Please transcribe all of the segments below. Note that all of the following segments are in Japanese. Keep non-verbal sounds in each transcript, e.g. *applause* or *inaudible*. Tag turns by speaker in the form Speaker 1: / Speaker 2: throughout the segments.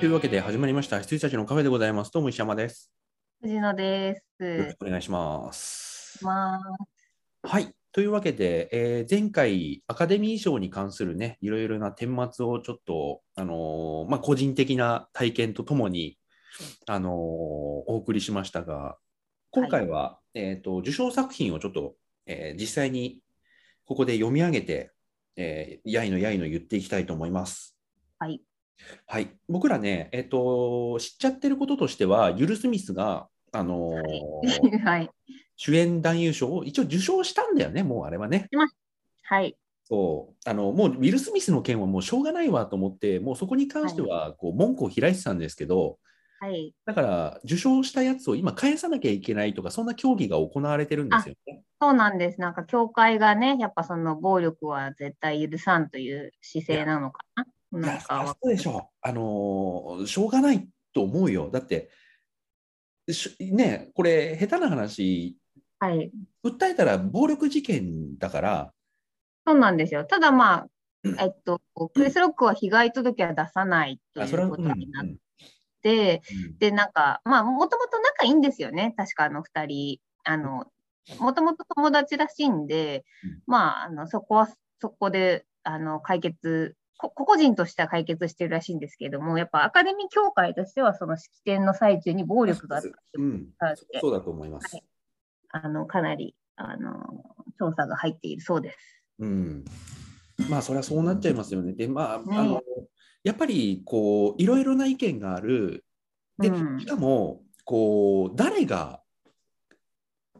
Speaker 1: というわけで始まりました羊たちのカフェでございます。どうも石山です。
Speaker 2: 藤野です。
Speaker 1: よろしくお願いします。
Speaker 2: まあ、
Speaker 1: はい。というわけで、えー前回アカデミー賞に関するね、いろいろな顛末をちょっと、あのーまあ、個人的な体験とともに、あのーお送りしましたが、今回は、えー、と受賞作品をちょっと、えー実際にここで読み上げて、えーやいのやいの言っていきたいと思います。
Speaker 2: はい。
Speaker 1: はい、僕らね、えっと、知っちゃってることとしては、ユル・スミスが、あのー
Speaker 2: はい。
Speaker 1: 主演男優賞を一応受賞したんだよね、もうあれはね。
Speaker 2: はい。
Speaker 1: そうあのもうウィル・スミスの件はもうしょうがないわと思って、もうそこに関してはこう文句を開いてたんですけど、
Speaker 2: はい。
Speaker 1: だから受賞したやつを今返さなきゃいけないとか、そんな競技が行われてるんですよね。
Speaker 2: そうなんです。なんか、教会がね、やっぱその暴力は絶対許さんという姿勢なのかな。
Speaker 1: い
Speaker 2: な
Speaker 1: や、
Speaker 2: んか
Speaker 1: そ
Speaker 2: わ、
Speaker 1: うでしょう。あのーしょうがないと思うよ。だって、しね、これ、下手な話、
Speaker 2: はい。
Speaker 1: 訴えたら暴力事件だから、
Speaker 2: そうなんですよ。ただまあ
Speaker 1: うん、
Speaker 2: えっと、クリス・ロックは被害届は出さないとい
Speaker 1: あそれは
Speaker 2: う
Speaker 1: う
Speaker 2: こ
Speaker 1: ん
Speaker 2: と
Speaker 1: う
Speaker 2: になっ
Speaker 1: ん
Speaker 2: て、
Speaker 1: うん
Speaker 2: で、なんか、まあ、もともと仲いいんですよね。確かあの二人。あの、もともと友達らしいんで
Speaker 1: うん、
Speaker 2: まあ、あのそこは、そこで、あの、解決、こ個々人としては解決してるらしいんですけれども、やっぱアカデミー協会としては、その式典の最中に暴力があったって
Speaker 1: う
Speaker 2: いうんことがあって
Speaker 1: そうだと思います。
Speaker 2: はいあの、かなり、あの、調査が入っているそうです。
Speaker 1: うん、まあそれはそうなっちゃいますよね。でまあ,、
Speaker 2: ね
Speaker 1: あのやっぱりこういろいろな意見があるで
Speaker 2: うん
Speaker 1: しかもこう誰が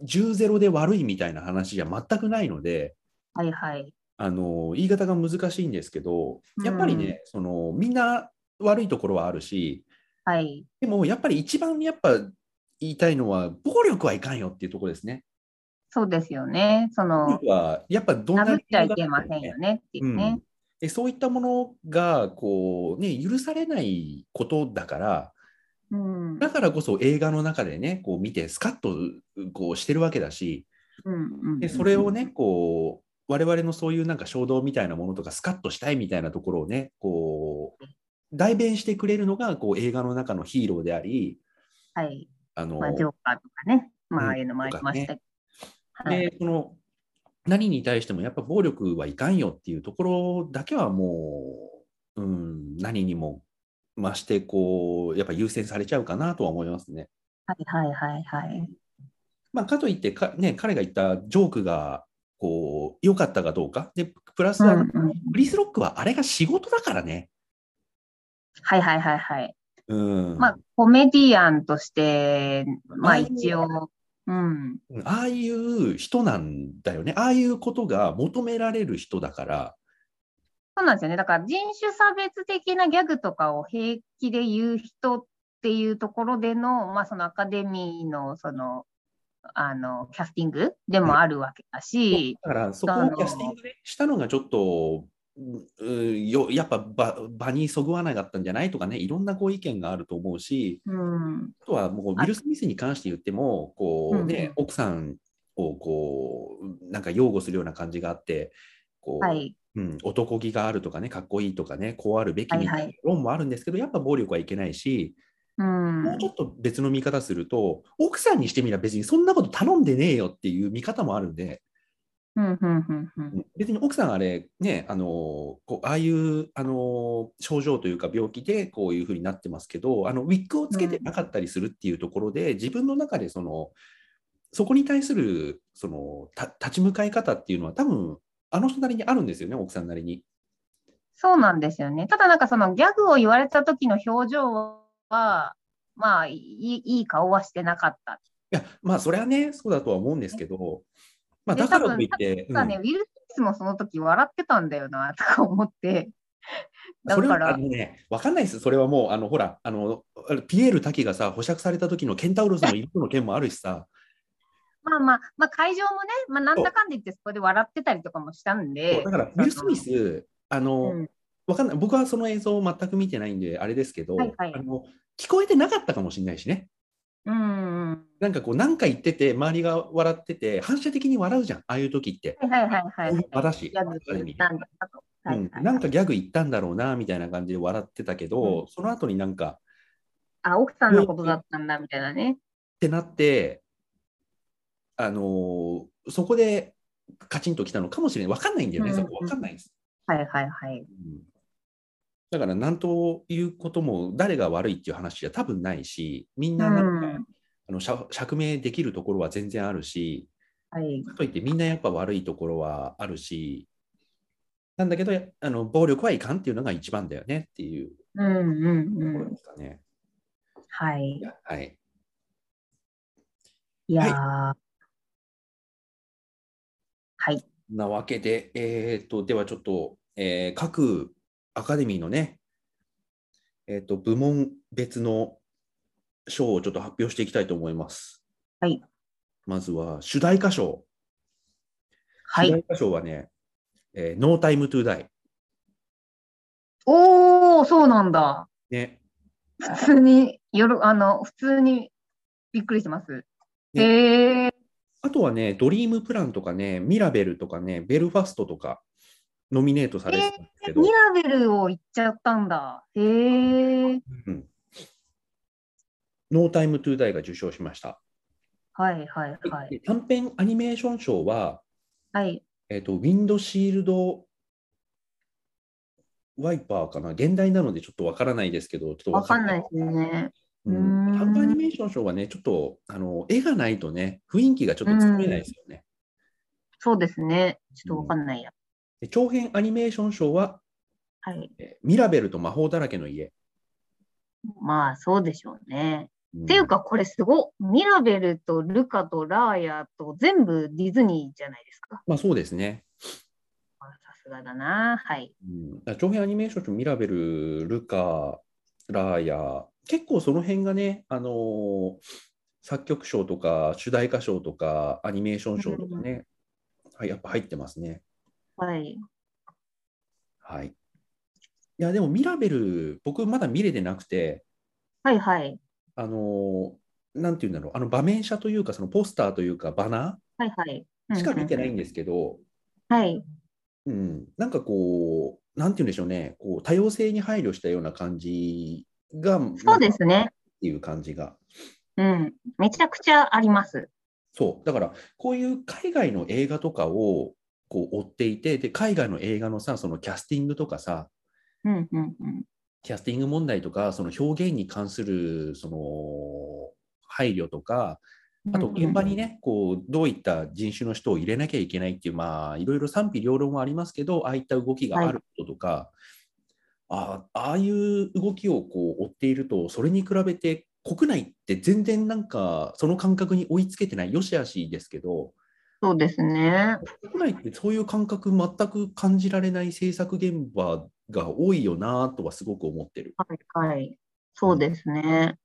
Speaker 1: 10ゼロで悪いみたいな話じゃ全くないので。
Speaker 2: はいはい。
Speaker 1: あの言い方が難しいんですけどやっぱりね、そのみんな悪いところはあるし、
Speaker 2: はい。
Speaker 1: でもやっぱり一番やっぱ言いたいのは暴力はいかんよっていうところですね。
Speaker 2: そうですよね。そ
Speaker 1: 暴
Speaker 2: の、
Speaker 1: 力はやっぱどんな
Speaker 2: 殴っ
Speaker 1: 理
Speaker 2: ちゃ
Speaker 1: 由
Speaker 2: い
Speaker 1: があって
Speaker 2: け
Speaker 1: もね
Speaker 2: ませんよねっていううんね。
Speaker 1: でそういったものがこう、ね、許されないことだから
Speaker 2: うん。うん
Speaker 1: だからこそ映画の中でねこう見てスカッとこうしてるわけだし
Speaker 2: うん。
Speaker 1: でそれをねこう我々のそういうなんか衝動みたいなものとかスカッとしたいみたいなところをねこう代弁してくれるのがこう映画の中のヒーローであり
Speaker 2: はい。
Speaker 1: あの、
Speaker 2: まあ、ジョーカーとかね、ま
Speaker 1: うん
Speaker 2: あ、ああいうのもありましたけど。はい、
Speaker 1: でその何に対してもやっぱ暴力はいかんよっていうところだけはもう、うん、何にも増してこうやっぱ優先されちゃうかなとは思いますね。
Speaker 2: はいはいはいはい。
Speaker 1: まあ、かといってか、ね、彼が言ったジョークがこう良かったかどうかでプラスは、
Speaker 2: うんうん
Speaker 1: クリス・ロックはあれが仕事だからね。
Speaker 2: はいはいはいはい。
Speaker 1: うん
Speaker 2: まあ、コメディアンとして、ま
Speaker 1: ああ
Speaker 2: あ
Speaker 1: いう
Speaker 2: 一応、うん、
Speaker 1: うんああいう人なんだよね。ああいうことが求められる人だから。
Speaker 2: そうなんですよね。だから人種差別的なギャグとかを平気で言う人っていうところでの、まあそのアカデミーのその、あの、キャスティングでもあるわけだし、
Speaker 1: だからそこをキャスティングねしたのがちょっと、うんよやっぱ場場にそぐわなかったんじゃないとかねいろんなこう意見があると思うし
Speaker 2: うん、
Speaker 1: あとはもうウィル・スミスに関して言ってもこう、ね奥さんをこうなんか擁護するような感じがあってこう、
Speaker 2: はい、
Speaker 1: うん、男気があるとかねかっこいいとかねこうあるべきみた
Speaker 2: はいい
Speaker 1: な
Speaker 2: は
Speaker 1: 論もあるんですけど、やっぱ暴力はいけないし、
Speaker 2: うん、
Speaker 1: もうちょっと別の見方すると奥さんにしてみれば別にそんなこと頼んでねえよっていう見方もあるんで。
Speaker 2: うん、うん、うん、うん、
Speaker 1: 別に奥さんあれねあのこうああいうあの症状というか病気でこういうふうになってますけどあのウィッグをつけてなかったりするっていうところで、自分の中でそのそこに対するそのた立ち向かい方っていうのは多分あの人なりにあるんですよね奥さんなりに。
Speaker 2: そうなんですよね。ただなんかそのギャグを言われた時の表情は、まあいいいい顔はしてなかった。
Speaker 1: いやまあそれはねそうだとは思うんですけど、まあ、だからといって、
Speaker 2: ただね、
Speaker 1: う
Speaker 2: ウィル・スミスもその時笑ってたんだよな *laughs* とか思って。
Speaker 1: ん、
Speaker 2: だ
Speaker 1: それ
Speaker 2: か
Speaker 1: はあ
Speaker 2: ら、
Speaker 1: のね分かんないですそれはもうあのほらあのピエール瀧がさ保釈された時のケンタウロスの一部の件もあるしさ。
Speaker 2: まあまあ、まあ、会場もね、まあ、なんだかんだ言ってそこで笑ってたりとかもしたん
Speaker 1: そう
Speaker 2: で
Speaker 1: だ、から、ウィル・スミス、あの、
Speaker 2: うん
Speaker 1: わかんない、僕はその映像を全く見てないんで、あれですけど、
Speaker 2: はいはい
Speaker 1: あの、聞こえてなかったかもしれないしね。
Speaker 2: うん、うん
Speaker 1: なんかこう、何か言ってて、周りが笑ってて、反射的に笑うじゃん、ああいう時って。
Speaker 2: はいはいはいはい。
Speaker 1: 私
Speaker 2: ギャグ言ったんだなと。はいはいは
Speaker 1: う
Speaker 2: い
Speaker 1: んなんかギャグ言ったんだろうなみたいな感じで笑ってたけど、その後になんか
Speaker 2: あ、奥さんのことだったんだみたいなね。
Speaker 1: ってなって、あのーそこでカチンときたのかもしれない。わかんないんだよね、
Speaker 2: うんうん
Speaker 1: そこわかんないんです。
Speaker 2: はいはいはい。
Speaker 1: うんだから、なんということも、誰が悪いっていう話じゃ多分ないし、みんななんか、
Speaker 2: うん
Speaker 1: あの釈釈明できるところは全然あるし、
Speaker 2: はい。
Speaker 1: かといってみんなやっぱ悪いところはあるし、なんだけど、あの暴力はいかんっていうのが一番だよねっていう
Speaker 2: うんうん
Speaker 1: と
Speaker 2: う
Speaker 1: ころ
Speaker 2: ん。
Speaker 1: ですかね。
Speaker 2: はい。
Speaker 1: はい。
Speaker 2: いやーはい。
Speaker 1: なわけで、えー、とではちょっと、えー各アカデミーのね、えー、と部門別の賞をちょっと発表していきたいと思います。
Speaker 2: はい、
Speaker 1: まずは主題歌賞。
Speaker 2: は
Speaker 1: 主
Speaker 2: い。
Speaker 1: 題歌賞はね、えー、No Time to Die。
Speaker 2: おー、そうなんだ。
Speaker 1: ね
Speaker 2: 普通に、よろあの、普通にびっくりしてます。
Speaker 1: ね
Speaker 2: へえー。
Speaker 1: あとはね、ドリームプランとかね、ミラベルとかね、ベルファストとか、ノミネートされてたんですけど、
Speaker 2: ミラベルを言っちゃったんだ。へえ。
Speaker 1: うん、No Time to Die が受賞しました。
Speaker 2: はいはいはい。
Speaker 1: で短編アニメーション賞は、
Speaker 2: はい。
Speaker 1: えっと、ウィンドシールドワイパーかな現代なのでちょっとわからないですけど、ちょっと
Speaker 2: わかんないですね。
Speaker 1: う
Speaker 2: うー
Speaker 1: ん。
Speaker 2: ん
Speaker 1: ハンアニメーションショーはね、ちょっとあの絵がないとね、雰囲気がちょっと作れないですよね。
Speaker 2: そうですね。ちょっとわかんないや。
Speaker 1: で長編アニメーションショーは、
Speaker 2: はい。
Speaker 1: えミラベルと魔法だらけの家。
Speaker 2: まあ、そうでしょうね。
Speaker 1: うん
Speaker 2: っていうか、これすごっ。ミラベルとルカとラーヤと全部ディズニーじゃないですか。
Speaker 1: まあそうですね。
Speaker 2: まあさすがだな。はい。
Speaker 1: うん、だから長編アニメーションショー、ミラベル、ルカ、ラーヤ、結構その辺がね、あのー作曲賞とか主題歌賞とかアニメーション賞とかね、はい、やっぱ入ってますね。
Speaker 2: はい。
Speaker 1: はい。いや、でもミラベル、僕まだ見れてなくて、
Speaker 2: はいはい。
Speaker 1: あのーなんていうんだろう、あの場面写というか、そのポスターというか、バナ
Speaker 2: はいはい。
Speaker 1: ーしか見てないん
Speaker 2: で。
Speaker 1: ですけど、
Speaker 2: はい。
Speaker 1: うん、なんかこう、なんていうんでしょうね、こう多様性に配慮したような感じが、
Speaker 2: そうです
Speaker 1: なんか
Speaker 2: ね。
Speaker 1: っていう感じが。
Speaker 2: うん。めちゃくちゃあります。
Speaker 1: そう、だからこういう海外の映画とかをこう追っていて、で海外の映画のさ、そのキャスティングとかさ、
Speaker 2: うんうんうん。
Speaker 1: キャスティング問題とか、その表現に関するその配慮とか、あと現場にね、こうどういった人種の人を入れなきゃいけないっていう、まあ、いろいろ賛否両論はありますけど、ああいった動きがあることとか、ああああいう動きをこう追っていると、それに比べて、国内って全然なんか、その感覚に追いつけてない、よしあしですけど、
Speaker 2: そうですね。
Speaker 1: 国内ってそういう感覚、全く感じられない制作現場が多いよなとはすごく思ってる。
Speaker 2: はいはい。そうですね。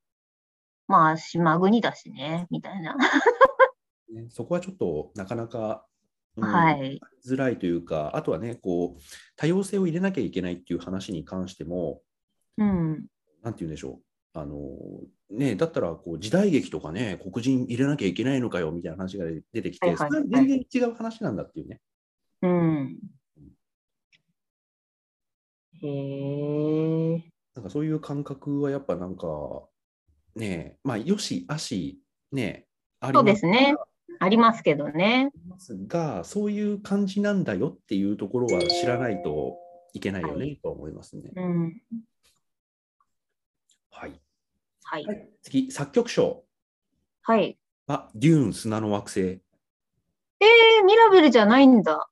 Speaker 2: まあ、島国だしね、みたいな。
Speaker 1: ねそこはちょっとなかなか、うん
Speaker 2: はい。
Speaker 1: づらいというか、あとはね、こう、多様性を入れなきゃいけないっていう話に関しても、
Speaker 2: うん。
Speaker 1: なんて言うんでしょう、あのね、だったらこう時代劇とかね、黒人入れなきゃいけないのかよみたいな話が出てきて、
Speaker 2: はいはい
Speaker 1: それは全然違う話なんだっていうね。
Speaker 2: うん。へえ。
Speaker 1: なんかそういう感覚はやっぱなんか、ね、まあ、よし、あし、ね、あ
Speaker 2: そう
Speaker 1: りま
Speaker 2: ですね。ありますけどね。
Speaker 1: すが、そういう感じなんだよっていうところは知らないといけないよね、とは思いますね。
Speaker 2: うん。
Speaker 1: はい、
Speaker 2: はい
Speaker 1: は。い次、作曲賞
Speaker 2: はい。
Speaker 1: は、デューン砂の惑星。
Speaker 2: えー、ミラベルじゃないんだ。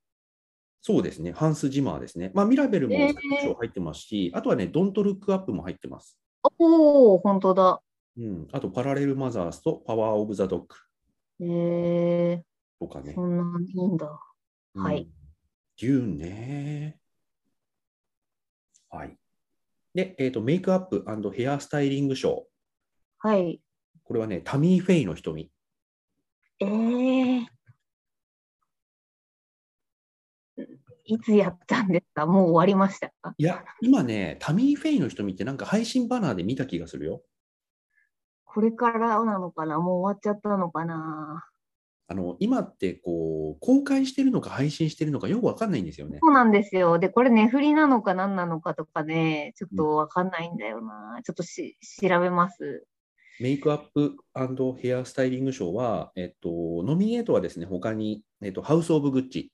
Speaker 1: そうですね、ハンス・ジマーですね。まあ、ミラベルも
Speaker 2: えー
Speaker 1: 作曲賞入ってますし、あとはね、ドント・ルック・アップも入ってます。
Speaker 2: おお、本当だ。
Speaker 1: うん、あと、パラレル・マザーズとパワー・オブ・ザ・ドッグ
Speaker 2: へえ
Speaker 1: とかね。
Speaker 2: そんな、いいんだ。
Speaker 1: うん
Speaker 2: はい。
Speaker 1: デューンね。はい。で、えっ、と、メイクアップヘアスタイリング賞。
Speaker 2: はい。
Speaker 1: これはね、タミー・フェイの瞳。
Speaker 2: えー。いつやったんですかもう終わりましたか
Speaker 1: いや、今ね、タミー・フェイの瞳ってなんか配信バナーで見た気がするよ。
Speaker 2: これからなのかなもう終わっちゃったのかな
Speaker 1: あの今ってこう公開してるのか配信してるのかよくわかんないんですよね。
Speaker 2: そうなんですよ。で、これ、ね、振りなのか何なのかとかね、ちょっとわかんないんだよな。ちょっとし調べます。
Speaker 1: メイクアップヘアスタイリング賞は、えっと、ノミネートはですね、他に、えっと、ハウス・オブ・グッチ、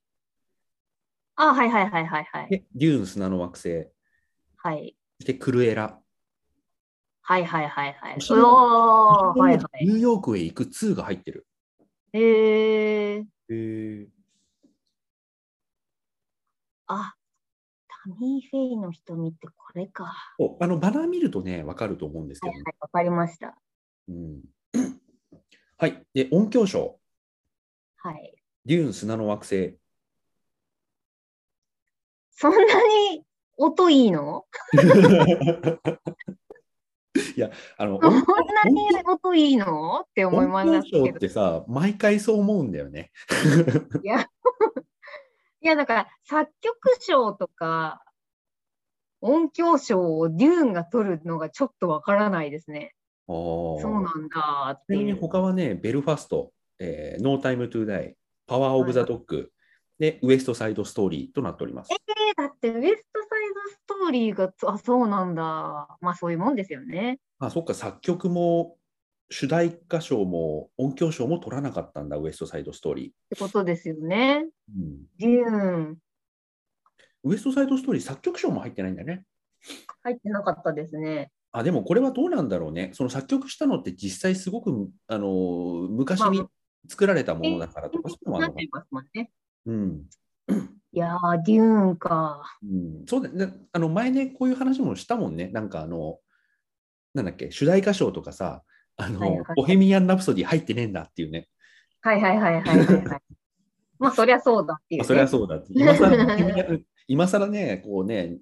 Speaker 2: あ、はいはいはいはいはい。
Speaker 1: でデューン砂の惑星、
Speaker 2: はい
Speaker 1: そしてクルエラ、
Speaker 2: はいはいはいはい。
Speaker 1: そう
Speaker 2: おー、はいは
Speaker 1: ニ
Speaker 2: い。
Speaker 1: ューヨークへ行く2が入ってる。
Speaker 2: えー、
Speaker 1: へ
Speaker 2: あ、タミー・フェイの瞳ってこれか。は
Speaker 1: あのバナー見るとね、わかると思うんです
Speaker 2: い
Speaker 1: け
Speaker 2: は
Speaker 1: ど
Speaker 2: い
Speaker 1: ね、、
Speaker 2: わかりました。
Speaker 1: うん、 *clears throat* はい。で、音響賞、
Speaker 2: はい。
Speaker 1: デューン砂の惑星、
Speaker 2: そんなに音いいの
Speaker 1: いや、あ
Speaker 2: *laughs*
Speaker 1: の、
Speaker 2: そんな
Speaker 1: 音
Speaker 2: に音いいのって思いま
Speaker 1: 響
Speaker 2: すけど
Speaker 1: 賞っ。てさ、毎回そう思うんだよね。
Speaker 2: いや、だから作曲賞とか音響賞をデューンが取るのがちょっとわからないですね。
Speaker 1: そ
Speaker 2: そうなんだっ
Speaker 1: ち
Speaker 2: て
Speaker 1: なみ
Speaker 2: い
Speaker 1: に
Speaker 2: う。
Speaker 1: 他はね、ベルファスト、えー、ノータイムトゥーダイ、パワーオブザドッグ、で、ウエストサイドストーリーとなっております。
Speaker 2: えーだってウエストサイドストーリーが、あ、そうなんだ。まあそういうもんですよね。
Speaker 1: あ、そっか、作曲も主題歌賞も音響賞も取らなかったんだ、ウエストサイドストーリ
Speaker 2: ってことですよね。
Speaker 1: ー。うん
Speaker 2: デューン
Speaker 1: ウエストサイドストーリー作曲賞も入ってないんだね。
Speaker 2: 入ってなかったですね。
Speaker 1: あでもこれはどうなんだろうね。その作曲したのって実際すごくあのー昔に作られたものだからとか、そういうのもあ
Speaker 2: な
Speaker 1: る
Speaker 2: っ
Speaker 1: のか
Speaker 2: ちゃいますもんね。
Speaker 1: な。うん
Speaker 2: いやー、デューンか。
Speaker 1: うんそうだね、あの前ね、こういう話もしたもんね、なんかあの、なんだっけ、主題歌賞とかさ、あの、
Speaker 2: はいはい
Speaker 1: ボヘミアン・ラプソディ入ってねえんだっていうね、
Speaker 2: はいはいはいはいはい、はい。 *laughs* まあそりゃそうだっていう、
Speaker 1: あ
Speaker 2: ね。
Speaker 1: それはそうだって、今さ
Speaker 2: *laughs*
Speaker 1: ら今更ね、こうね、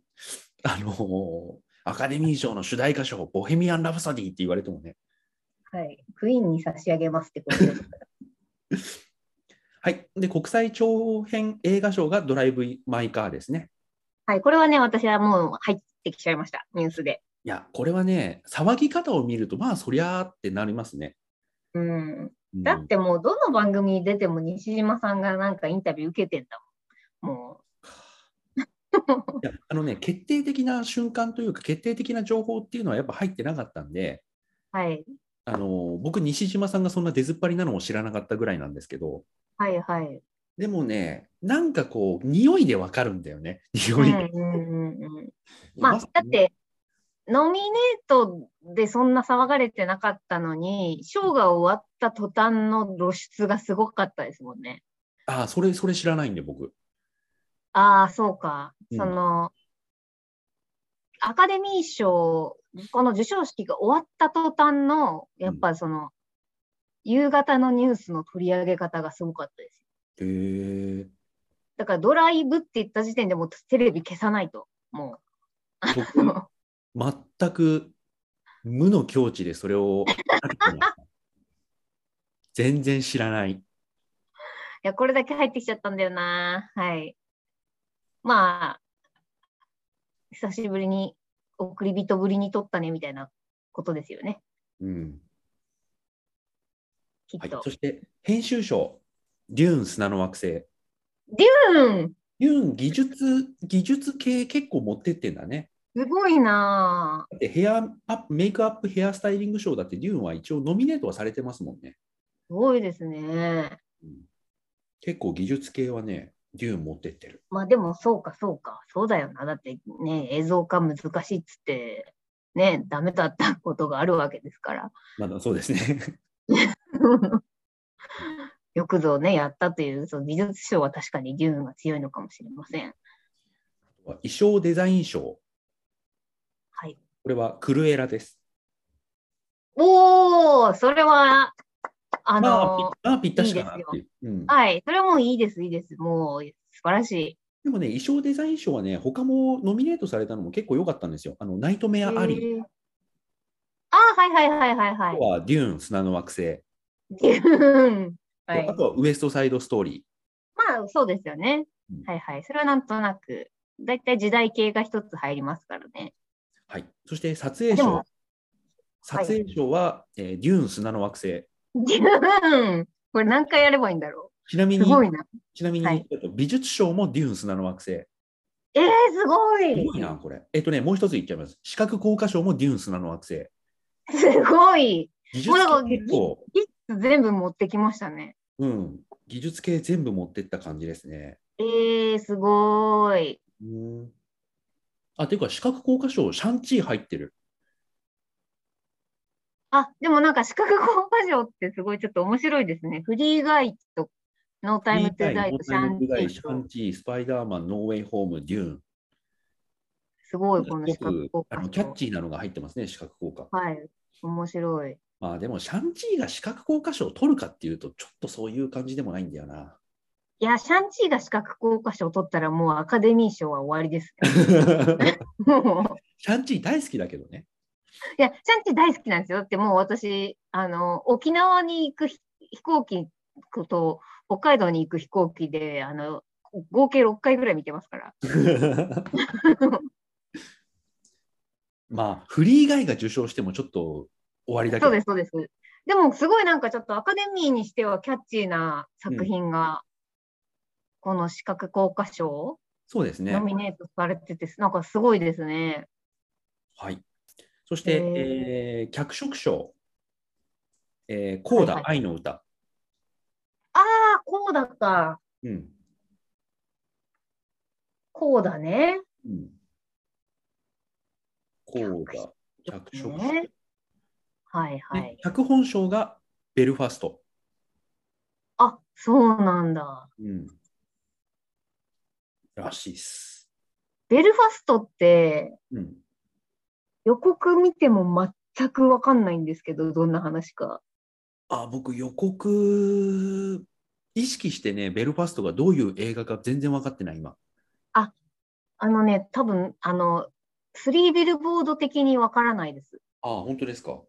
Speaker 1: あの、アカデミー賞の主題歌賞、ボヘミアン・ラプソディって言われてもね、
Speaker 2: はい。クイーンに差し上げますってことです。
Speaker 1: はい、で、国際長編映画賞がドライブ・マイ・カーですね。
Speaker 2: はい。これはね、私はもう入ってきちゃいました。ニュースで。
Speaker 1: いや、これはね、騒ぎ方を見ると、まあ、そりゃーってなりますね。
Speaker 2: うん。
Speaker 1: うん
Speaker 2: だってもう、どの番組に出ても西島さんがなんかインタビュー受けてんだもん。も
Speaker 1: いやあのね、決定的な瞬間というか、決定的な情報っていうのはやっぱ入ってなかったんで、
Speaker 2: う。はい。
Speaker 1: あの僕、西島さんがそんな出ずっぱりなのを知らなかったぐらいなんですけど、
Speaker 2: はいはい。
Speaker 1: でもね、なんかこう、匂いでわかるんだよね、 *laughs*
Speaker 2: う
Speaker 1: 匂
Speaker 2: んう
Speaker 1: い
Speaker 2: ん
Speaker 1: が。
Speaker 2: うんうん。まあ、
Speaker 1: さ
Speaker 2: だ
Speaker 1: に
Speaker 2: って、ノミネートでそんな騒がれてなかったのに、ショーが終わった途端の露出がすごかったですもんね。
Speaker 1: あそれ、それ知らないんで、僕。
Speaker 2: ああ、そうか。
Speaker 1: うん
Speaker 2: その、アカデミー賞、この授賞式が終わった途端の、やっぱその、夕方のニュースの取り上げ方がすごかったです。
Speaker 1: へえ。
Speaker 2: だからドライブって言った時点でもうテレビ消さないと。もう。 *laughs*
Speaker 1: 僕、全く無の境地でそれを *laughs* 全然知らない。
Speaker 2: いや、これだけ入ってきちゃったんだよな。はい。まあ、久しぶりに、送り人ぶりに撮ったね、みたいなことですよね。
Speaker 1: うん
Speaker 2: き
Speaker 1: は
Speaker 2: っ
Speaker 1: い
Speaker 2: と。、
Speaker 1: そして、編集賞、デューン砂の惑星。
Speaker 2: うん、
Speaker 1: ユン技術技術系結構持ってってんだね。
Speaker 2: すごいな
Speaker 1: だってヘアアップメイクアップヘアスタイリング賞だってデューンは一応ノミネートはされてますもんね。
Speaker 2: すごいですね。
Speaker 1: 結構技術系はね、デューン持ってってる。
Speaker 2: まあでも、そうか、そうか。そうだよな。だってね、映像化難しいっつって、ね、ダメだったことがあるわけですから。
Speaker 1: まだそうですね。 *laughs*
Speaker 2: よくぞね、やったという、その技術賞は確かにデューンが強いのかもしれません。
Speaker 1: 衣装デザイン賞、
Speaker 2: はい。
Speaker 1: これはクルエラです。
Speaker 2: おー、それは、
Speaker 1: ま
Speaker 2: あの
Speaker 1: あ、ぴまあぴったしかなっていう。うん、で
Speaker 2: はい、それもいいです、いいです。もう、素晴らしい。
Speaker 1: もね、衣装デザイン賞はね、他もノミネートされたのも結構良かったんですよ。あのナイトメアアリー、
Speaker 2: へーあはいはいはいはいは
Speaker 1: あ
Speaker 2: い
Speaker 1: と。はデューン砂の惑星、
Speaker 2: デューンはい、
Speaker 1: あとはウエストサイドストーリー。
Speaker 2: まあ、そうですよね
Speaker 1: うん。
Speaker 2: はいはい。それはなんとなく、だいたい時代系が一つ入りますからね。 *laughs*
Speaker 1: はい、そして撮影
Speaker 2: で
Speaker 1: 賞
Speaker 2: も。
Speaker 1: 撮影賞は、えーデューン砂の惑星。
Speaker 2: デューンこれ何回やればいいんだろ
Speaker 1: ちなみ
Speaker 2: う。
Speaker 1: に
Speaker 2: すごいな。
Speaker 1: ちなみに、
Speaker 2: はい
Speaker 1: えっと美術賞もデューン砂の惑星。
Speaker 2: えー、すご
Speaker 1: す
Speaker 2: い。
Speaker 1: ごいな、これ。えっとね、もう一つ言っちゃいます。視覚効果賞もデューン砂の惑星。
Speaker 2: すごい。
Speaker 1: 技術
Speaker 2: もうなんか
Speaker 1: 系結構、
Speaker 2: 全部持ってきましたね。
Speaker 1: うん、技術系全部持ってった感じですね。
Speaker 2: えー、すごい。
Speaker 1: うん、あ、ていうか、視覚効果賞、シャンチー入ってる。
Speaker 2: あ、でもなんか視覚効果賞ってすごいちょっと面白いですね。フリーガイとノータイムトゥーダイ
Speaker 1: ノー
Speaker 2: とシ
Speaker 1: タ
Speaker 2: ャ
Speaker 1: イム
Speaker 2: ン
Speaker 1: ト
Speaker 2: テ
Speaker 1: ゥダイ
Speaker 2: ィ
Speaker 1: シ
Speaker 2: と
Speaker 1: ャンチー、スパイダーマン、ノーウェイホーム、デューン。
Speaker 2: すごい
Speaker 1: す
Speaker 2: この
Speaker 1: ご
Speaker 2: 視覚
Speaker 1: く
Speaker 2: 効
Speaker 1: あ
Speaker 2: 果
Speaker 1: の
Speaker 2: 賞。
Speaker 1: キャッチーなのが入ってますね、視覚効果。
Speaker 2: はい。面白い。
Speaker 1: まあでも、シャンチーが視覚効果賞を取るかっていうと、ちょっとそういう感じでもないんだよ
Speaker 2: *laughs*
Speaker 1: な。
Speaker 2: いや、シャンチーが視覚効果賞を取ったらもうアカデミー賞は終わりです。
Speaker 1: シ *laughs* ャ
Speaker 2: もう
Speaker 1: ンチー大好きだけど
Speaker 2: *laughs*
Speaker 1: ね。
Speaker 2: いや、シャンチー大好きなんですよ。だってもう私、あの、沖縄に行くひ飛行機と、北海道に行く飛行機で、あの、合計6回ぐらい見てますから。
Speaker 1: まあ、フリー以外が受賞してもちょっと終わりだけ
Speaker 2: そう
Speaker 1: ど
Speaker 2: です、そうです。でも、すごいなんかちょっとアカデミーにしてはキャッチーな作品が、この視覚効果賞、
Speaker 1: そうですね
Speaker 2: ノ。ミネートされてて、なんかすごいですね。
Speaker 1: はい。そして、
Speaker 2: えー
Speaker 1: えー脚色賞、えー、コーダ、
Speaker 2: はい
Speaker 1: 愛の歌。
Speaker 2: ああ、こうだった。
Speaker 1: うん。
Speaker 2: こうだね。
Speaker 1: うん、コーダ、脚色賞、
Speaker 2: ねはいは
Speaker 1: で
Speaker 2: い。
Speaker 1: 脚本賞がベルファスト。
Speaker 2: あ、そうなんだ。
Speaker 1: うん。らしいっす。
Speaker 2: ベルファストって、
Speaker 1: うん。
Speaker 2: 予告見ても全くわかんないんですけど、どんな話か。
Speaker 1: あ、僕予告、意識してね、ベルファストがどういう映画か全然分かってない、今。
Speaker 2: あのね、多分あの、スリービルボード的にわからないです。
Speaker 1: ああ、本当ですか。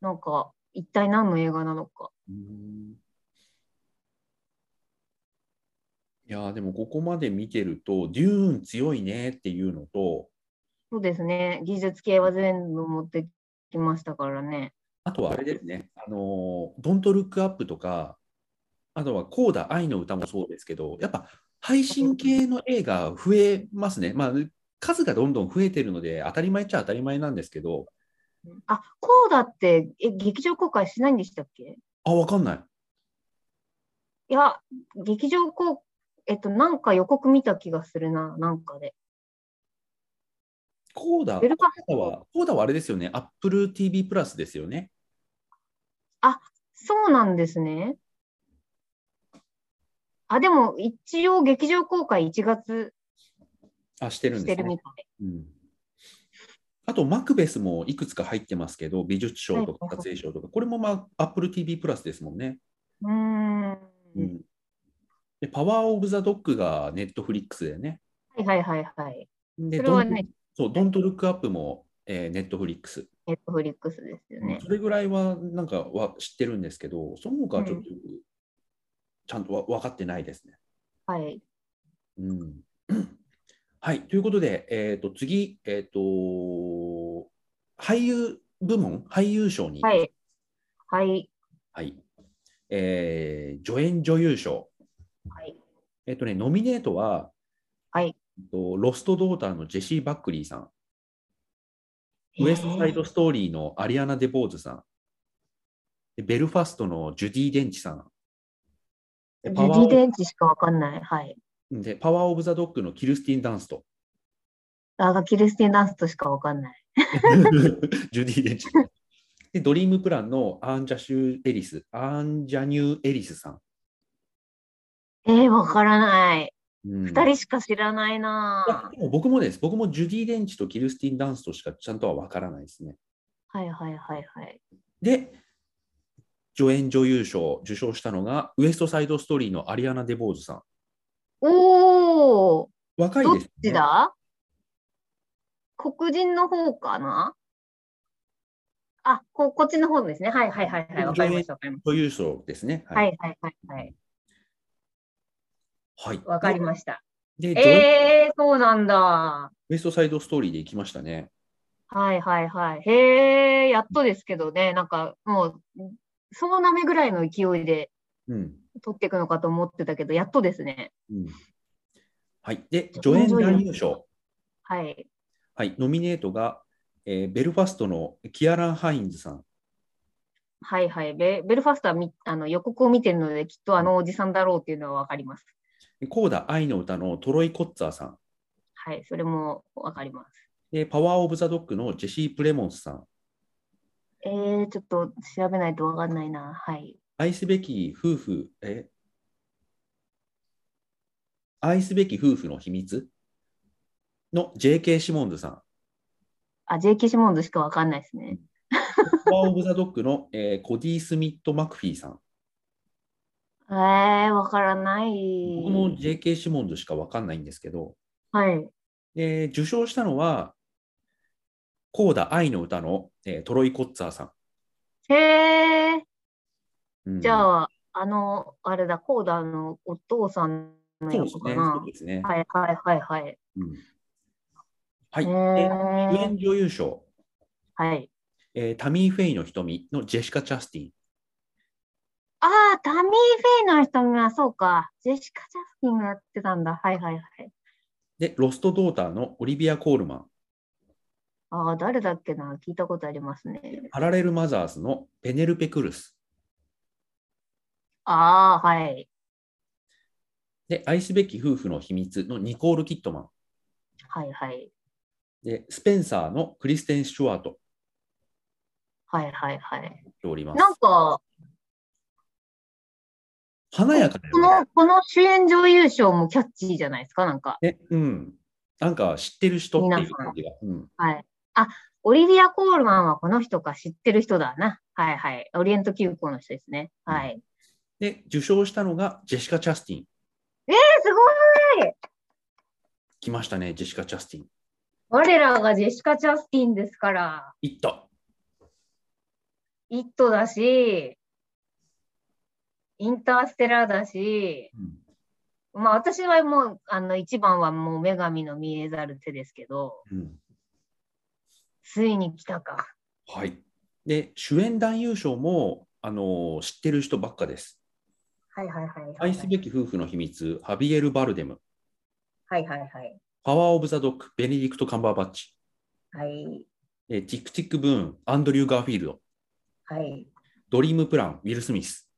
Speaker 2: なんか、一体何の映画なのか。
Speaker 1: うーんいやーでもここまで見てると、デューン強いねっていうのと、
Speaker 2: そうですね、技術系は全部持ってきましたからね。
Speaker 1: あとはあれですね、あのー、ドントルックアップとか、あとはコーダ愛の歌もそうですけど、やっぱ配信系の映画増えますね。まあ、数がどんどん増えてるので、当たり前っちゃ当たり前なんですけど、
Speaker 2: あ、コーダってえ劇場公開しないんでしたっけ
Speaker 1: あ、わかんない。
Speaker 2: いや、劇場公えっと、なんか予告見た気がするな、なんかで。
Speaker 1: コーダ、
Speaker 2: ベルファス
Speaker 1: コーダは、コーダはあれですよね、Apple TV プラスですよね。
Speaker 2: そうなんですね。あ、でも一応劇場公開1月
Speaker 1: あ、してるん
Speaker 2: し
Speaker 1: で
Speaker 2: て
Speaker 1: すね
Speaker 2: るみ。たい。
Speaker 1: うんあと、マクベスもいくつか入ってますけど、美術賞とか
Speaker 2: はい
Speaker 1: 撮影賞とか、これも、まあ、Apple TV プラスですもんね。
Speaker 2: うーん。
Speaker 1: うんで、パワー・オブ・ザ・ドッグが Netflix でね。
Speaker 2: はいはいはいはい。
Speaker 1: で、
Speaker 2: それはね、
Speaker 1: そう、ドント・ルック・アップも、えー、Netflix。
Speaker 2: ネットフリックスですよね。
Speaker 1: それぐらいは、なんかは知ってるんですけど、その他はちょっと、ちゃんとわ分かってないですね。
Speaker 2: はい。
Speaker 1: うん、 *clears throat* はい、ということで、えー、と次、えーと、俳優部門、俳優賞に、
Speaker 2: はい。はい。
Speaker 1: はいえー助演女優賞、
Speaker 2: はい。
Speaker 1: えーとね、ノミネートは、
Speaker 2: はい
Speaker 1: えーと、ロスト・ドーターのジェシー・バックリーさん、ウエスト・サイド・ストーリーのアリアナ・デ・ボーズさん、でベルファストのジュディ・デンチさん、
Speaker 2: え
Speaker 1: で
Speaker 2: ー
Speaker 1: パワ
Speaker 2: ジュディ・
Speaker 1: ー
Speaker 2: デンチしかわかんない。はい。
Speaker 1: でパワー・オブ・ザ・ドッグのキルスティン・ダンス
Speaker 2: *laughs*
Speaker 1: と、
Speaker 2: あがキルスティン・ダンスとしかわかんない。
Speaker 1: ジュディ・デンチ。で、ドリームプランのアンジャシュ・エリス、アンジャニュー・エリスさん。
Speaker 2: えー、わからない。
Speaker 1: うん
Speaker 2: 二人しか知らな
Speaker 1: い
Speaker 2: い
Speaker 1: や
Speaker 2: な
Speaker 1: でも僕もです。僕もジュディ・デンチとキルスティン・ダンスとしかちゃんとは分からないですね。
Speaker 2: はいはいはいはい。
Speaker 1: で、助演女優賞を受賞したのが、ウエスト・サイド・ストーリーのアリアナ・デ・ボーズさん。
Speaker 2: おー、
Speaker 1: 若い
Speaker 2: どっ
Speaker 1: です、ね。
Speaker 2: ちだ黒人の方かなあこ、こっちの方ですね。はいはいはいはい。わかりました。わかりまし
Speaker 1: 女優賞ですね。。
Speaker 2: た。はいいはいはいはい。
Speaker 1: はい。
Speaker 2: わかりました。
Speaker 1: で、助演
Speaker 2: えー、そうなんだ。
Speaker 1: ウエスト・サイド・ストーリーで行きましたね。
Speaker 2: はいはいはい。へえ、やっとですけどね、なんかもう、そうなめぐらいの勢いで
Speaker 1: うん
Speaker 2: 取っていくのかと思ってたけど、やっとですね。
Speaker 1: うんはい。で、助演男優賞。
Speaker 2: はい。
Speaker 1: はい。ノミネートが、えーベルファストのキアラ・ハインズさん。
Speaker 2: はいはい。ベベルファストはみあの予告を見てるので、きっとあのおじさんだろうっていうのは分かります。
Speaker 1: コーダ愛の歌のトロイ・コッツァーさん。
Speaker 2: はい。それも分かります。
Speaker 1: で、パワー・オブ・ザ・ドッグのジェシー・プレモンスさん。
Speaker 2: えー、ちょっと調べないと分かんないな。はい。
Speaker 1: 愛すべき夫婦、え愛すべき夫婦の秘密の JK シモンズさん。
Speaker 2: あ、JK シモンズしか分かんないですね。
Speaker 1: パワー・オブ・ザ・ドッグの、えーコディ・スミット・マクフィーさん。
Speaker 2: えー、分からない。
Speaker 1: 僕も JK シモンズしかわかんないんですけど、
Speaker 2: はい。
Speaker 1: で受賞したのは、コーダ愛の歌の、えートロイ・コッツァーさ
Speaker 2: へー。
Speaker 1: ん。うん
Speaker 2: じゃあ、あの、あれだ、コーダのお父さんの
Speaker 1: そう
Speaker 2: や
Speaker 1: で
Speaker 2: つ
Speaker 1: す
Speaker 2: か
Speaker 1: ね。
Speaker 2: な。
Speaker 1: そうですね。
Speaker 2: はいはいはいはい。
Speaker 1: うんはい。
Speaker 2: え
Speaker 1: で
Speaker 2: ー
Speaker 1: 主演女優賞、
Speaker 2: はい。
Speaker 1: えータミー・フェイの瞳のジェシカ・チャスティン。
Speaker 2: ああ、タミー・フェイの瞳はそうか。ジェシカ・ジャスティンがやってたんだ。はいはいはい。
Speaker 1: で、ロスト・ドーターのオリビア・コールマン。
Speaker 2: ああ、誰だっけな。聞いたことありますね。
Speaker 1: パラレル・マザーズのペネルペ・クルス。
Speaker 2: ああ、はい。
Speaker 1: で、愛すべき夫婦の秘密のニコール・キットマン。
Speaker 2: はいはい。
Speaker 1: で、スペンサーのクリステン・シュワート。
Speaker 2: はいはいはい。
Speaker 1: ております。
Speaker 2: なんか、
Speaker 1: 華やかだ
Speaker 2: こ
Speaker 1: よね
Speaker 2: の、この主演女優賞もキャッチーじゃないですか。なんか。
Speaker 1: ね。うん。なんか知ってる人っていう感じが。うん、
Speaker 2: はい。あ、オリビア・コールマンはこの人か知ってる人だな。はいはい。オリエント急行の人ですね。はい。え、
Speaker 1: で、受賞したのがジェシカ・チャスティン。
Speaker 2: すごい
Speaker 1: 来ましたね、ジェシカ・チャスティン。
Speaker 2: 我らがジェシカ・チャスティンですから、
Speaker 1: いった。
Speaker 2: イットだし、インターステラーだし、
Speaker 1: うん
Speaker 2: まあ私はもう、あの、一番はもう女神の見えざる手ですけど、
Speaker 1: うん
Speaker 2: ついに来たか。
Speaker 1: はい。で、主演男優賞も、あのー知ってる人ばっかです。
Speaker 2: はいはいはい。
Speaker 1: 愛すべき夫婦の秘密、ハビエル・バルデム。
Speaker 2: はいはいはい。
Speaker 1: パワー・オブ・ザ・ドッグ、ベネディクト・カンバーバッチ、
Speaker 2: はい。
Speaker 1: えーティック・ティック・ブーン、アンドリュー・ガーフィールド、
Speaker 2: はい。
Speaker 1: ドリーム・プラン、ウィル・スミス、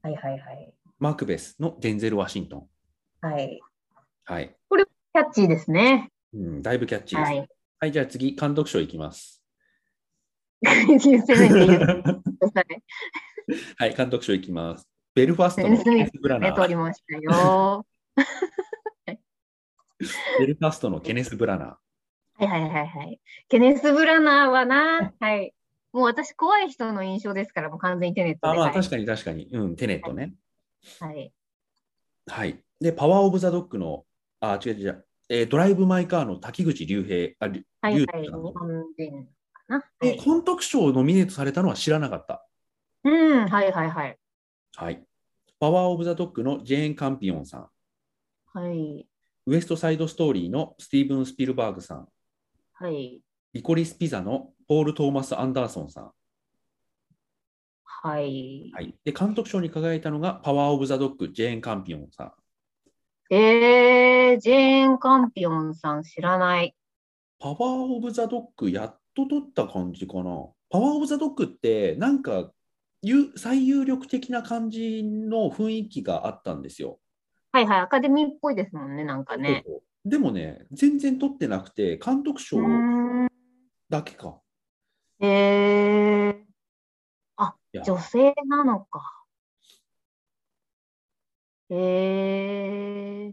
Speaker 2: はいはいはい。
Speaker 1: マクベスのデンゼル・ワシントン。
Speaker 2: はい。
Speaker 1: はい。
Speaker 2: キャッチーですね。
Speaker 1: うん、だいぶキャッチーです。
Speaker 2: は
Speaker 1: はい、
Speaker 2: い。
Speaker 1: じゃあ次、監督賞いきます。
Speaker 2: 言ってないで *laughs* 言ってください。
Speaker 1: *laughs* はい、監督賞いきます。ベルファストの
Speaker 2: ウィルスミス
Speaker 1: ケネス・ブラナ
Speaker 2: ね、取り
Speaker 1: ー。
Speaker 2: ましたよ。
Speaker 1: ベルファストのケネス・ブラナー。
Speaker 2: はいはいはいはい。ケネス・ブラナーはな、はい。もう私、怖い人の印象ですから、もう完全にテネット
Speaker 1: あ
Speaker 2: で。
Speaker 1: まあ、
Speaker 2: はい
Speaker 1: 確かに確かに。うん、テネットね。
Speaker 2: はい。
Speaker 1: はい。で、パワー・オブ・ザ・ドッグの、あ、違う違う、えードライブ・マイ・カーの滝口竜平。あり
Speaker 2: はいはい。
Speaker 1: 竜
Speaker 2: 日
Speaker 1: 平さん
Speaker 2: 本人かな。は
Speaker 1: で
Speaker 2: い、
Speaker 1: 監督賞をノミネートされたのは知らなかった。
Speaker 2: うん、はいはいはい。
Speaker 1: はい。パワー・オブ・ザ・ドッグのジェーン・カンピオンさん、
Speaker 2: はい。
Speaker 1: ウエスト・サイド・ストーリーのスティーブン・スピルバーグさん、
Speaker 2: はい。
Speaker 1: リコリス・ピザのポール・トーマス・アンダーソンさん、
Speaker 2: はい。
Speaker 1: はい、で監督賞に輝いたのがパワー・オブ・ザ・ドッグ、ジェーン・カンピオンさん。
Speaker 2: えー、ジェーン・カンピオンさん知らない。
Speaker 1: パワー・オブ・ザ・ドッグ、やっと取った感じかな。パワー・オブ・ザ・ドッグって、なんか、有最有力的な感じの雰囲気があったんですよ。
Speaker 2: はいはい。アカデミーっぽいですもんね、なんかね。
Speaker 1: そうそうでもね、全然取ってなくて、監督賞
Speaker 2: うーん。
Speaker 1: だけか。
Speaker 2: えー、
Speaker 1: いや
Speaker 2: 女性なのか。えー、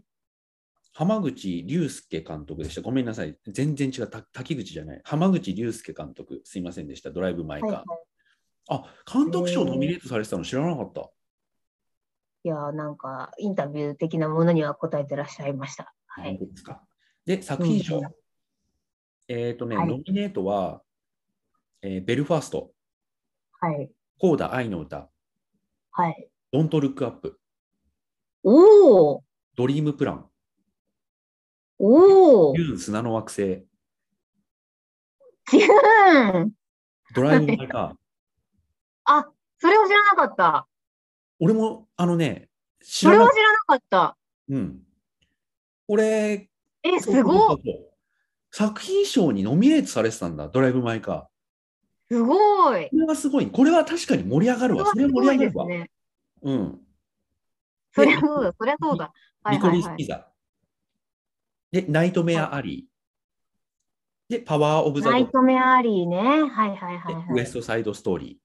Speaker 1: 浜口竜介監督でした。ごめんなさい。全然違う。た滝口じゃない。浜口竜介監督。すいませんでした。ドライブ・マイ・カー。
Speaker 2: はいはい
Speaker 1: あ、監督賞
Speaker 2: へー
Speaker 1: ノミネートされてたの知らなかった。
Speaker 2: いやー、なんか、インタビュー的なものには答えてらっしゃいました。はい。
Speaker 1: 本当ですか。で、作品賞。
Speaker 2: うん
Speaker 1: えっ、とね、
Speaker 2: はい
Speaker 1: ノミネートは、えーベルファースト、
Speaker 2: はい。
Speaker 1: コーダ愛の歌、
Speaker 2: はい。
Speaker 1: ドント・ルック・アップ、
Speaker 2: おお
Speaker 1: ドリーム・プラン、
Speaker 2: おお
Speaker 1: ユーン砂の惑星、
Speaker 2: キューン *laughs*
Speaker 1: ドライブ・マイ・カー、
Speaker 2: あ、それを知らなかった。
Speaker 1: 俺も、あのね、知
Speaker 2: そ
Speaker 1: ら
Speaker 2: れ
Speaker 1: な
Speaker 2: は
Speaker 1: かっ
Speaker 2: 知らなかった。
Speaker 1: た。うん。俺、
Speaker 2: え、すご
Speaker 1: い。作品賞にノミネートされてたんだ、ドライブ・マイ・カー。
Speaker 2: すごい。
Speaker 1: これはすごい。これは確かに盛り上がるわ。それは盛り
Speaker 2: すご
Speaker 1: 上
Speaker 2: い
Speaker 1: が
Speaker 2: で
Speaker 1: る
Speaker 2: す
Speaker 1: わ。
Speaker 2: ね。
Speaker 1: うん。
Speaker 2: そりゃそうだ、そりゃそうだ。はい
Speaker 1: リコ
Speaker 2: はい
Speaker 1: リス
Speaker 2: はい。
Speaker 1: ピザ。で、ナイトメアアリー。で、パワーオブザド
Speaker 2: ナ
Speaker 1: ッ
Speaker 2: イ
Speaker 1: グ
Speaker 2: トメアリーね。はいはいはい
Speaker 1: でウ
Speaker 2: は
Speaker 1: エ
Speaker 2: い
Speaker 1: ス。トサイドストーリ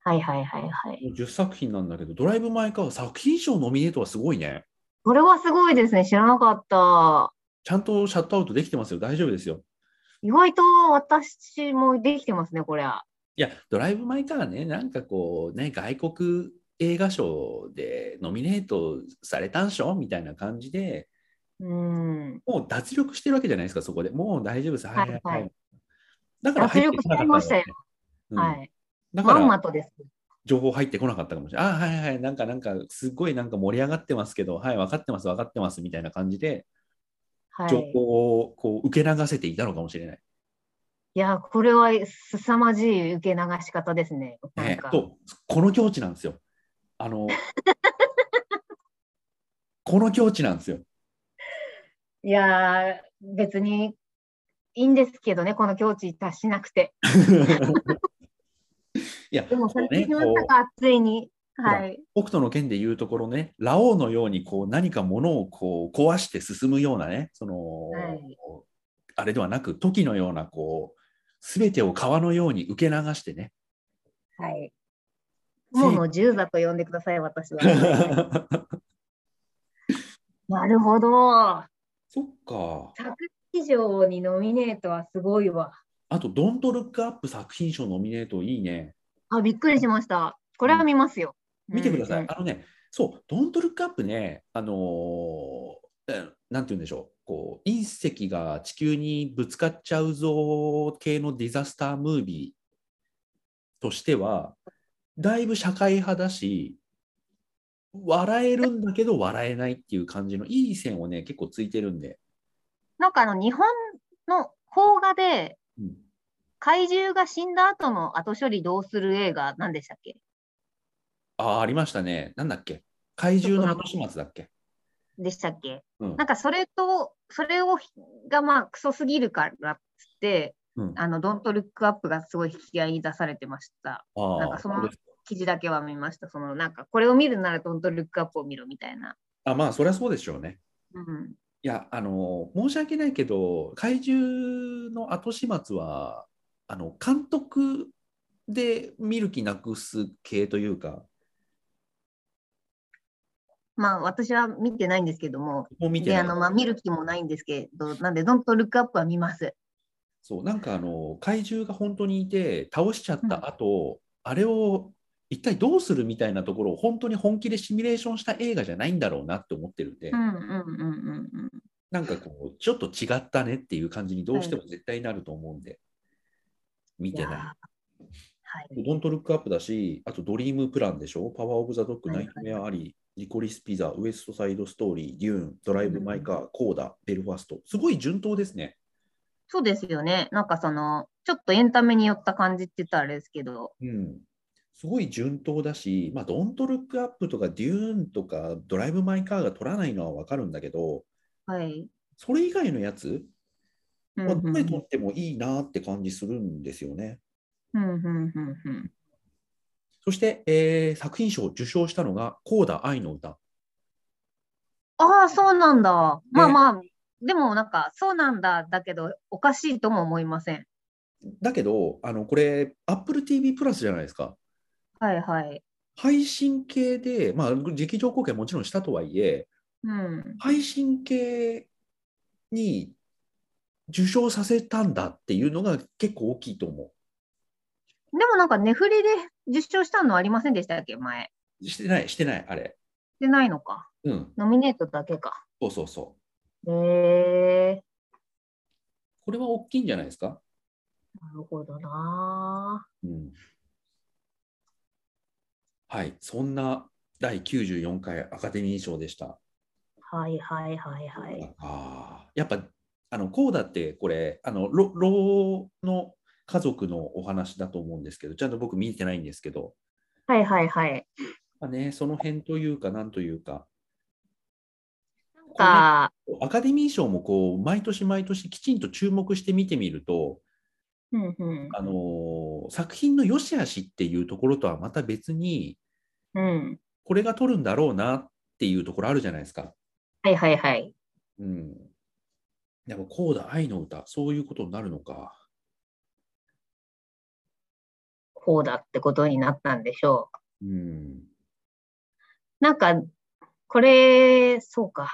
Speaker 2: はいはいはいはい。
Speaker 1: ー。10作品なんだけど、ドライブ・マイ・カー作品賞ノミネートはすごいね。
Speaker 2: それはすごいですね。知らなかった。
Speaker 1: ちゃんとシャットアウトできてますよ。大丈夫ですよ。
Speaker 2: 意外と私もできてますね、これは。
Speaker 1: いや、ドライブ・マイ・カーね、なんかこう、ね、外国映画賞でノミネートされたんしょみたいな感じで、
Speaker 2: うん。
Speaker 1: もう脱力してるわけじゃないですか、そこで。もう大丈夫です。はいはいは
Speaker 2: はい
Speaker 1: い。
Speaker 2: は
Speaker 1: だから入ってこなかったんだろうね
Speaker 2: 脱力しちゃいましたよ。
Speaker 1: うん
Speaker 2: はい。
Speaker 1: だか
Speaker 2: まん
Speaker 1: ら
Speaker 2: まとです。
Speaker 1: 情報入ってこなかったかもしれない。ああ、はいはい。なんかなんか、すごいなんか盛り上がってますけど、はい、分かってます、分かってますみたいな感じで、
Speaker 2: は
Speaker 1: 情
Speaker 2: い。
Speaker 1: 報をこう受け流せていたのかもしれない。
Speaker 2: いや、これは凄まじい受け流し方ですね。なん
Speaker 1: ね
Speaker 2: か、
Speaker 1: と、この境地なんですよ。あ
Speaker 2: *laughs*
Speaker 1: の、この境地なんですよ。 *laughs*
Speaker 2: いやー、別にいいんですけどね、この境地達しなくて。
Speaker 1: いや、
Speaker 2: でも、それ
Speaker 1: ね
Speaker 2: てしまったか、ついに。はい。
Speaker 1: 北斗の拳でいうところね、ラオウのようにこう何かものをこう壊して進むようなね、その、
Speaker 2: はい
Speaker 1: あれではなく、時のようなこう、すべてを川のように受け流して
Speaker 2: *laughs*
Speaker 1: ね。
Speaker 2: はい。もうの十座と呼んでください、
Speaker 1: *laughs*
Speaker 2: 私は。なるほど。
Speaker 1: そっか。
Speaker 2: 作品賞にノミネートはすごいわ。
Speaker 1: あと、ドントルックアップ作品賞ノミネートいいね。
Speaker 2: あ、びっくりしました。これは見ますよ。
Speaker 1: 見てください。
Speaker 2: うんうん
Speaker 1: あのね、そう、ドントルックアップね、あのーえなんて言うんでしょう、こう、隕石が地球にぶつかっちゃうぞ系のディザスタームービーとしては、だいぶ社会派だし、笑えるんだけど笑えないっていう感じのいい線をね、結構ついてるんで。
Speaker 2: なんかあの日本の邦画で
Speaker 1: うん
Speaker 2: 怪獣が死んだ後の後処理どうする映画何でしたっけ
Speaker 1: ああ、ありましたね。なんだっけ怪獣の後始末だっけ
Speaker 2: でしたっけ
Speaker 1: うん
Speaker 2: なんかそれとそれをがまあクソすぎるからっつって
Speaker 1: うん
Speaker 2: あのドントルックアップがすごい引き合いに出されてました
Speaker 1: あ
Speaker 2: なんかその
Speaker 1: そうです
Speaker 2: 記事だけは見ましたそのなんかこれを見るならドントルックアップを見ろみたいな、
Speaker 1: あまあ、そりゃそうでしょうね。
Speaker 2: うん、
Speaker 1: いや、あの、申し訳ないけど、怪獣の後始末は、あの、監督で見る気なくす系というか、
Speaker 2: まあ私は見てないんですけども
Speaker 1: もう見て
Speaker 2: で
Speaker 1: な
Speaker 2: あ
Speaker 1: い
Speaker 2: の、まあ、見る気もないんですけどなんでドントルックアップは見ます
Speaker 1: そう、なんかあの、怪獣が本当にいて、倒しちゃった後、あれを一体どうするみたいなところを本当に本気でシミュレーションした映画じゃないんだろうなって思ってるんで
Speaker 2: う、んうんうんうんうん
Speaker 1: なんかこう、ちょっと違ったねっていう感じにどうしても絶対なると思うんで、見て
Speaker 2: いや
Speaker 1: な
Speaker 2: はい
Speaker 1: い。ドントルックアップだし、あとドリームプランでしょ、パワーオブザドッグ、
Speaker 2: は
Speaker 1: ナ
Speaker 2: い
Speaker 1: イトメアアリー、リコリスピザ、ウエストサイドストーリー、デューン、ドライブ・マイ・カー、コーダ、ベルファスト、すごい順当ですね。
Speaker 2: そうですよね。なんかその、ちょっとエンタメによった感じって言ったらあれですけど、
Speaker 1: うん。すごい順当だし、まあ、ドントルックアップとかデューンとかドライブ・マイ・カーが取らないのはわかるんだけど、
Speaker 2: はい。
Speaker 1: それ以外のやつ
Speaker 2: うん
Speaker 1: は
Speaker 2: うん
Speaker 1: どれ取ってもいいなって感じするんですよね。
Speaker 2: うんうんうんうん
Speaker 1: そして、えー作品賞を受賞したのが、コーダ愛の歌。
Speaker 2: ああ、そうなんだ。まあまあ、でもなんか、そうなんだ、だけど、おかしいとも思いません。
Speaker 1: だけど、あのこれ、Apple TV プラスじゃないですか。
Speaker 2: はいはい。
Speaker 1: 配信系で、まあ、劇場公開もちろんしたとはいえ、
Speaker 2: うん。
Speaker 1: 配信系に受賞させたんだっていうのが結構大きいと思
Speaker 2: でもなんか、ネフレで受賞したのありませんでしたっけ、前。
Speaker 1: う。してない、してない、あれ。
Speaker 2: でないのか。
Speaker 1: うん、
Speaker 2: ノミネートだけか。
Speaker 1: そうそうそう。
Speaker 2: へえ
Speaker 1: これは大きいんじゃないですか。
Speaker 2: なるほどな。
Speaker 1: うん、はい、そんな第94回アカデミー賞でした。
Speaker 2: はいはいはいはい。
Speaker 1: ああ、やっぱあのコーダってこれあのろ老の家族のお話だと思うんですけど、ちゃんと僕見てないんですけど、
Speaker 2: はいはいはい。
Speaker 1: まあね、その辺というか、なんというか、
Speaker 2: なんか、
Speaker 1: アカデミー賞もこう毎年毎年きちんと注目して見てみると、
Speaker 2: うんうん。
Speaker 1: あのー作品の良し悪しっていうところとはまた別に、
Speaker 2: うん。
Speaker 1: これが取るんだろうなっていうところあるじゃないですか。
Speaker 2: はいはいはい。
Speaker 1: うん。やっぱこうだ、愛の歌、そういうことになるのか。
Speaker 2: こうだってことになったんでしょ
Speaker 1: うん。
Speaker 2: う。なんか、これ、そうか。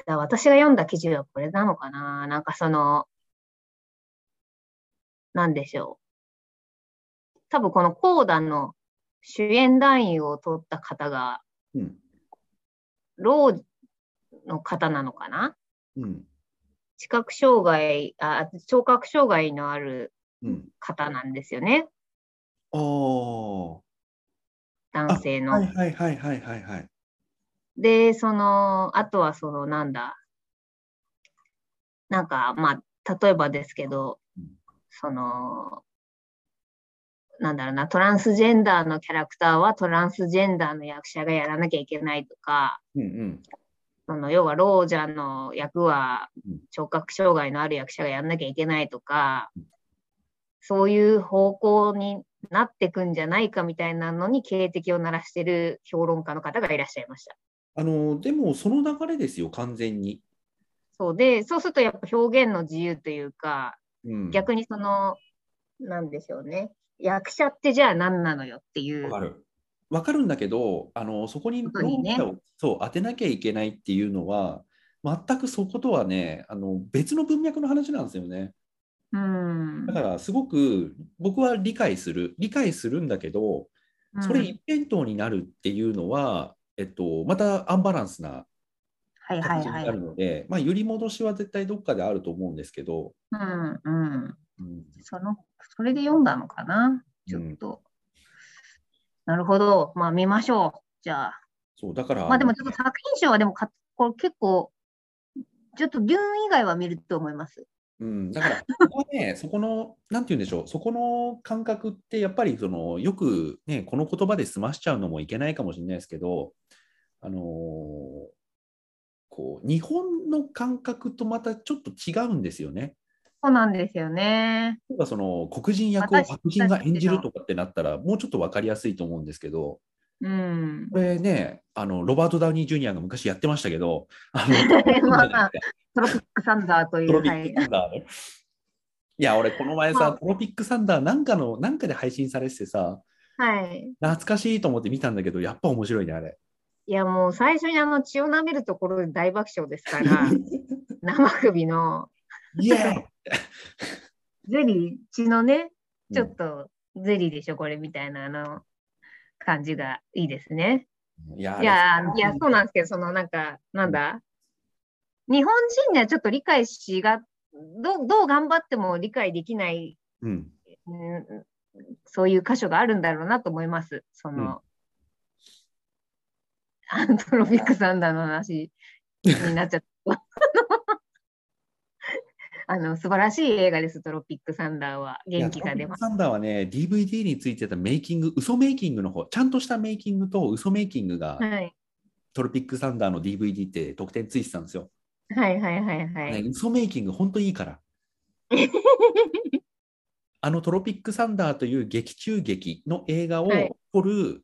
Speaker 2: だから私が読んだ記事はこれなのかななんかその、なんでしょう。多分このコーダの主演男優を取った方が、
Speaker 1: うん。
Speaker 2: ローの方なのかな
Speaker 1: うん。
Speaker 2: 視覚障害あ、聴覚障害のある
Speaker 1: うん。
Speaker 2: 方なんですよね。
Speaker 1: ああ。
Speaker 2: 男性の。
Speaker 1: はいはいはいはいはいはい。
Speaker 2: で、その、あとはその、なんだ、なんか、まあ、例えばですけど
Speaker 1: うん、
Speaker 2: その、なんだろうな、トランスジェンダーのキャラクターはトランスジェンダーの役者がやらなきゃいけないとか、
Speaker 1: うんうん。
Speaker 2: その要は老者の役は
Speaker 1: うん
Speaker 2: 聴覚障害のある役者がやんなきゃいけないとか、そういう方向になってくんじゃないかみたいなのに警笛を鳴らしてる評論家の方がいらっしゃいました。
Speaker 1: あのーでもその流れですよ、完全に。
Speaker 2: そうで、そうするとやっぱ表現の自由というか、
Speaker 1: うん、
Speaker 2: 逆にその、なんでしょうね、役者ってじゃあ何なのよってい
Speaker 1: わ
Speaker 2: う
Speaker 1: か。る。わかるんだけど、あのそこに
Speaker 2: ことにね
Speaker 1: 論理をそう当てなきゃいけないっていうのは、全くそことはね、あの別の文脈の話なんですよね。
Speaker 2: うん
Speaker 1: だからすごく僕は理解する、理解するんだけど、それ
Speaker 2: うん
Speaker 1: 一辺倒になるっていうのは、えっと、またアンバランスな
Speaker 3: はいはい
Speaker 1: 形に
Speaker 3: はい。
Speaker 1: なるので、まあ、揺り戻しは絶対どっかであると思うんですけど、
Speaker 3: うんうん。
Speaker 1: うん
Speaker 3: その、それで読んだのかなちょっと。
Speaker 2: なるほど。まあ見ましょう。じゃあ。
Speaker 1: そうだから、
Speaker 3: まあでもちょっと作品賞はでもか、これ結構、ちょっとビューン以外は見ると思います。
Speaker 1: うん、だから、そこはね、そこの、なんて言うんでしょう、そこの感覚って、やっぱりその、よく、ね、この言葉で済ましちゃうのもいけないかもしれないですけど、あのーこう日本の感覚とまたちょっと違うんですよね。
Speaker 3: そうなんですよね。
Speaker 1: 例えばその黒人役を
Speaker 3: 私たちの
Speaker 1: 白人が演じるとかってなったら、もうちょっと分かりやすいと思うんですけど、
Speaker 3: うん。
Speaker 1: これね、あのロバート・ダウニー・ジュニアが昔やってましたけど、あの
Speaker 3: *laughs* まあまあトロピックサンダーとい
Speaker 1: トロ
Speaker 3: う。
Speaker 1: ピ
Speaker 3: は
Speaker 1: ッ
Speaker 3: い
Speaker 1: ク。サンダーね。いや、俺、この前
Speaker 3: ま
Speaker 1: さ、トロピックサンダーなんかの、なんかで配信されててさ、
Speaker 2: はい。
Speaker 1: 懐かしいと思って見たんだけど、やっぱ面白いね、あれ。
Speaker 2: いやもう最初にあの血を舐めるところで大爆笑ですから、
Speaker 1: *laughs*
Speaker 2: 生首の
Speaker 1: イエーイ
Speaker 2: ゼリー、血のね、ちょっ
Speaker 1: う
Speaker 2: とゼリーでしょ、これみたいなあの感じがいいですね。
Speaker 1: んいや、あ
Speaker 2: い
Speaker 1: れ
Speaker 2: や、いや、そうなんですけど、そのなんか、なんだ、日本人にはちょっと理解しが、どうどう頑張っても理解できない、
Speaker 1: うん、
Speaker 2: うんそういう箇所があるんだろうなと思います。その、
Speaker 1: うん
Speaker 2: *laughs* アントロピックサンダーの話になっちゃった。 *laughs* あの素晴らしい映画です、トロピックサンダーは。元気が
Speaker 1: いやトロピ
Speaker 2: 出
Speaker 1: ッ
Speaker 2: ま
Speaker 1: ク
Speaker 2: す。
Speaker 1: サンダーはね、DVD についてたメイキング、嘘メイキングの方、ちゃんとしたメイキングと嘘メイキングが、
Speaker 2: はい、
Speaker 1: トロピックサンダーの DVD って特典ついてたんですよ。
Speaker 2: はい、はい、はい、はい。
Speaker 1: ね、嘘メイキング、本当いいから。
Speaker 2: *laughs*
Speaker 1: あのトロピックサンダーという劇中劇の映画を
Speaker 2: はい
Speaker 1: 撮る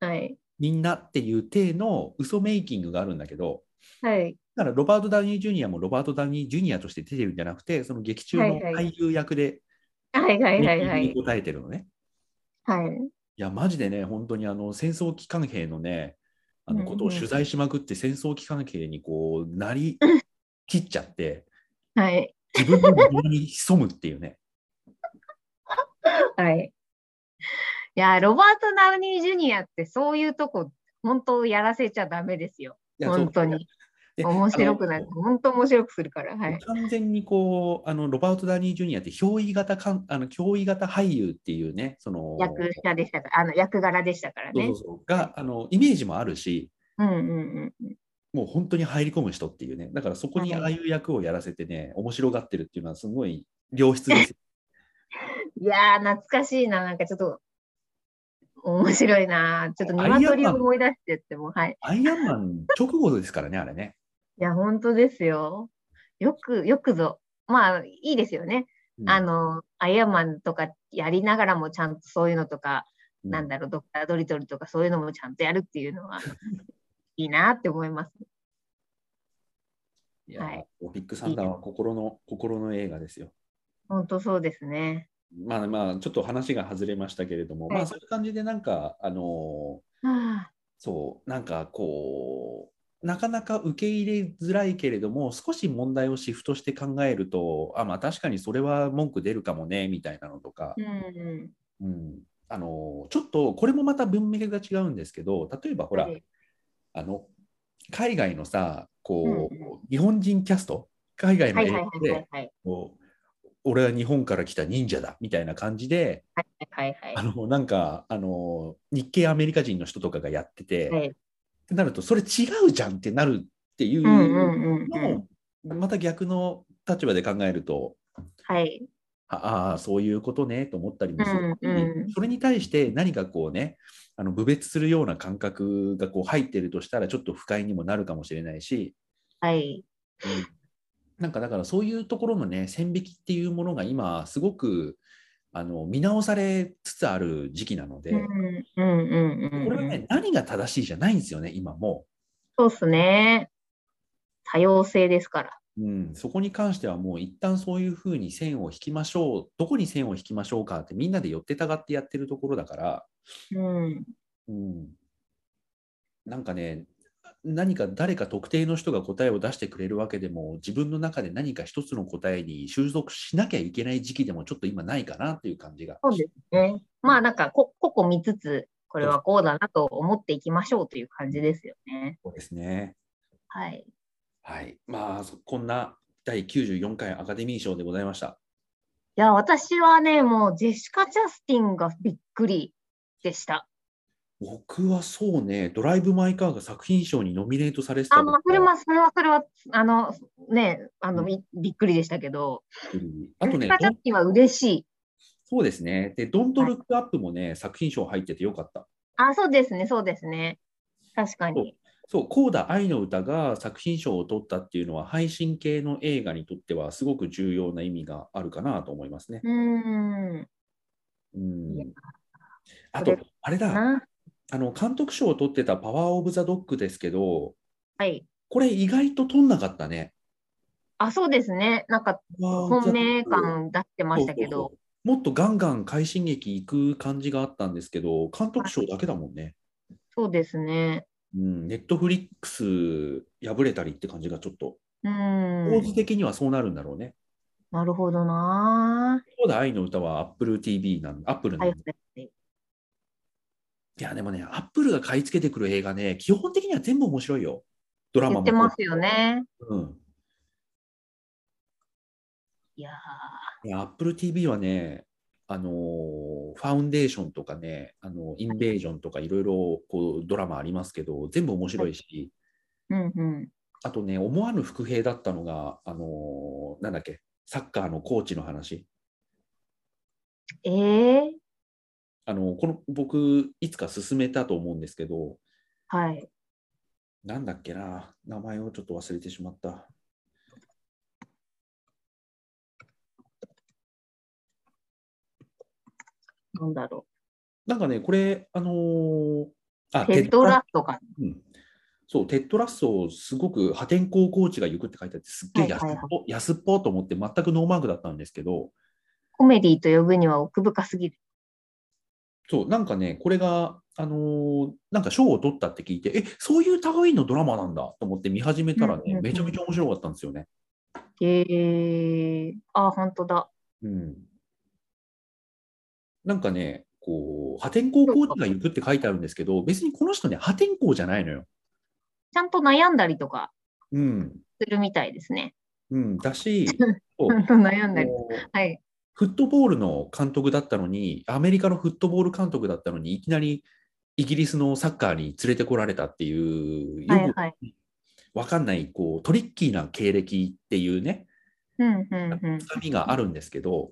Speaker 2: はい、
Speaker 1: みんなっていう体の嘘メイキングがあるんだけど、
Speaker 2: はい、
Speaker 1: だからロバート・ダウニー・ジュニアもロバート・ダウニー・ジュニアとして出てるんじゃなくて、その劇中の
Speaker 2: はいはい
Speaker 1: 俳優役で
Speaker 2: はい、はい、
Speaker 1: メイ
Speaker 2: は
Speaker 1: キ
Speaker 2: い、は
Speaker 1: ング
Speaker 2: い。
Speaker 1: に答えてるのね。
Speaker 2: はい
Speaker 1: いや、マジでね、本当にあの戦争機関兵のね、あのことを
Speaker 2: うんうん
Speaker 1: 取材しまくって、戦争機関兵にこうなりきっちゃって、
Speaker 2: はい、
Speaker 1: 自分の身に潜むっていうね。
Speaker 2: はい。いや、ロバート・ダウニー・ジュニアってそういうとこ、本当やらせちゃダメですよ。
Speaker 1: いやそう
Speaker 2: 本当に。
Speaker 1: で
Speaker 2: 面白くなる
Speaker 1: あ。
Speaker 2: 本当面白くするから。は
Speaker 1: の
Speaker 2: い。
Speaker 1: 完全にこうあのロバート・ダウニー・ジュニアって憑依型かんあの憑依型俳優っていうねその
Speaker 2: 役者でしたから、あの役柄でしたから
Speaker 1: そう
Speaker 2: ね。
Speaker 1: そううそうがあのイメージもあるし
Speaker 2: んうん
Speaker 1: もう本当に入り込む人っていうねだからそこに
Speaker 2: はい
Speaker 1: ああいう役をやらせてね面白がってるっていうのはすごい良質ですよ
Speaker 2: うん。いやー、懐かしいな。なんかちょっと、面白いな。ちょっと
Speaker 1: アイアンマン
Speaker 2: 鶏を思い出してっても、はい。
Speaker 1: アイアンマン直後ですからね、あれね。
Speaker 2: いや、本当ですよ。よく、よくぞ。まあ、いいですよね。
Speaker 1: うん
Speaker 2: あの、アイアンマンとかやりながらも、ちゃんとそういうのとか、
Speaker 1: う
Speaker 2: なんだろう、ドクタードリトルとか、そういうのもちゃんとやるっていう
Speaker 1: *laughs*
Speaker 2: のは、いいなって思います。
Speaker 1: いやー
Speaker 2: はい
Speaker 1: ビッグサンダーは心の心の映画ですよ。
Speaker 2: 本当そうですね。
Speaker 1: まあまあ、ちょっと話が外れましたけれども、
Speaker 2: はい
Speaker 1: まあそういう感じで、なんか、あのー
Speaker 2: はあ
Speaker 1: そう、なんかこう、なかなか受け入れづらいけれども、少し問題をシフトして考えると、あ、まあ確かにそれは文句出るかもね、みたいなのとか、
Speaker 2: うん。
Speaker 1: うん、あのちょっとこれもまた文脈が違うんですけど、例えばほら、
Speaker 2: はい
Speaker 1: あの海外のさ、こう、
Speaker 2: うんう
Speaker 1: 日本人キャスト、海外の
Speaker 2: はい
Speaker 1: 映
Speaker 2: はいは
Speaker 1: 画で
Speaker 2: いはい、はい。
Speaker 1: こう俺は日本から来た忍者だみたいな感じで、
Speaker 2: はいはい
Speaker 1: あのなんかあの日系アメリカ人の人とかがやってて、
Speaker 2: はい。
Speaker 1: ってなるとそれ違うじゃんってなるっていう
Speaker 2: うんう
Speaker 1: の
Speaker 2: んうんうん。
Speaker 1: もまた逆の立場で考えると
Speaker 2: はい。
Speaker 1: ああーそういうことねと思ったりもする、
Speaker 2: うんうん
Speaker 1: それに対して何かこうねあの侮蔑するような感覚がこう入ってるとしたらちょっと不快にもなるかもしれないし、
Speaker 2: はい。
Speaker 1: うんなんかだからそういうところのね線引きっていうものが今すごくあの見直されつつある時期なので、
Speaker 2: うんうんうんうんうん。
Speaker 1: これはね何が正しいじゃないんですよね今もう。
Speaker 2: そうっすね。多様性ですから。
Speaker 1: うん、そこに関してはもう一旦そういうふうに線を引きましょうどこに線を引きましょうかってみんなで寄ってたがってやってるところだから、
Speaker 2: うん。
Speaker 1: うん、なんかね何か誰か特定の人が答えを出してくれるわけでも自分の中で何か一つの答えに収束しなきゃいけない時期でもちょっと今ないかなっていう感じが。
Speaker 2: そうですね。まあなんかこ、個々見つつ、これはこうだなと思っていきましょうという感じですよね。
Speaker 1: そうですね。
Speaker 2: はい。
Speaker 1: はい。まあそこんな第94回アカデミー賞でございました。
Speaker 2: いや、私はね、もうジェシカ・ジャスティンがびっくりでした。
Speaker 1: 僕はそうね、ドライブ・マイ・カーが作品賞にノミネートされてた
Speaker 2: あ、
Speaker 1: こと
Speaker 2: まあ
Speaker 1: は、
Speaker 2: それは、それは、それは、あの、ね、あの、
Speaker 1: うん
Speaker 2: びびっくりでしたけど、
Speaker 1: あと
Speaker 2: ジェシ
Speaker 1: ね
Speaker 2: カ・、ジャスティンは嬉しい。
Speaker 1: そうですね。で、ドントルックアップもね、作品賞入っててよかった。
Speaker 2: あ、そうですね、そうですね。確かに。
Speaker 1: そう、コーダ愛の歌が作品賞を取ったっていうのは、配信系の映画にとってはすごく重要な意味があるかなと思いますね。
Speaker 2: うーん。
Speaker 1: うん
Speaker 2: いや。
Speaker 1: あと
Speaker 2: これ、
Speaker 1: あれだ、
Speaker 2: な。
Speaker 1: あの監督賞を取ってたパワー・オブ・ザ・ドッグですけど、
Speaker 2: はい。
Speaker 1: これ意外と取んなかったね。
Speaker 2: あ、そうですね。なんか、本命感出してましたけ
Speaker 1: そうそう
Speaker 2: ど
Speaker 1: そ。うもっとガンガン快進撃いく感じがあったんですけど、監督賞だけだもんね。
Speaker 2: そうですね。
Speaker 1: うん、ネットフリックス敗れたりって感じがちょっと、
Speaker 2: う
Speaker 1: 構
Speaker 2: ん。
Speaker 1: 図的にはそうなるんだろうね。
Speaker 2: なるほどな
Speaker 1: そうだ、愛の歌は Apple TV なん、Apple
Speaker 2: ぁ。
Speaker 1: な
Speaker 2: は
Speaker 1: ん
Speaker 2: い
Speaker 1: で、、
Speaker 2: はいい。
Speaker 1: や、でもね、Apple が買い付けてくる映画ね、基本的には全部面白いよ。ドラマ
Speaker 2: 言
Speaker 1: も。
Speaker 2: ってますよね。
Speaker 1: うん。
Speaker 2: いや
Speaker 1: いや、Apple TV はね、あのーファウンデーションとかね、あのインベージョンとかいろいろこうドラマありますけど、全部面白いし、
Speaker 2: ーうんうん。
Speaker 1: あとね、思わぬ伏兵だったのが、あのーなんだっけ、サッカーのコーチの話。
Speaker 2: ええ
Speaker 1: あのこの僕いつか勧めたと思うんですけど
Speaker 2: はい。
Speaker 1: なんだっけな名前をちょっと忘れてしまった
Speaker 2: なんだろ
Speaker 1: なんかねこれあのーあ
Speaker 2: う。テッド
Speaker 1: ラ
Speaker 2: ラとか。
Speaker 1: うんそうテッドラッソをすごく破天荒コーチが行くって書いてあってすっげえ安っぽ、
Speaker 2: はいはい
Speaker 1: 安っぽと思って全くノーマークだったんですけど
Speaker 2: コメディと呼ぶには奥深すぎる。
Speaker 1: そうなんかねこれがあのーなんか賞を取ったって聞いてえそういう類のドラマなんだと思って見始めたらね、
Speaker 2: うんうんうん
Speaker 1: めちゃめちゃ面白かったんですよね。
Speaker 2: ええあ、本当だ。
Speaker 1: うんなんかね、こう破天荒コーチが行くって書いてあるんですけど、別にこの人ね、破天荒じゃないのよ。
Speaker 2: ちゃんと悩んだりとか
Speaker 1: うん、
Speaker 2: するみたいですね。
Speaker 1: うん、だ
Speaker 2: *laughs*
Speaker 1: し、そう
Speaker 2: ちゃんと悩んだり。
Speaker 1: こう
Speaker 2: はい。
Speaker 1: フットボールの監督だったのに、アメリカのフットボール監督だったのに、いきなりイギリスのサッカーに連れてこられたっていう、
Speaker 2: はい
Speaker 1: よ
Speaker 2: はい。
Speaker 1: くわかんないこうトリッキーな経歴っていうね、
Speaker 2: うんうんうん。
Speaker 1: 深みがあるんですけど、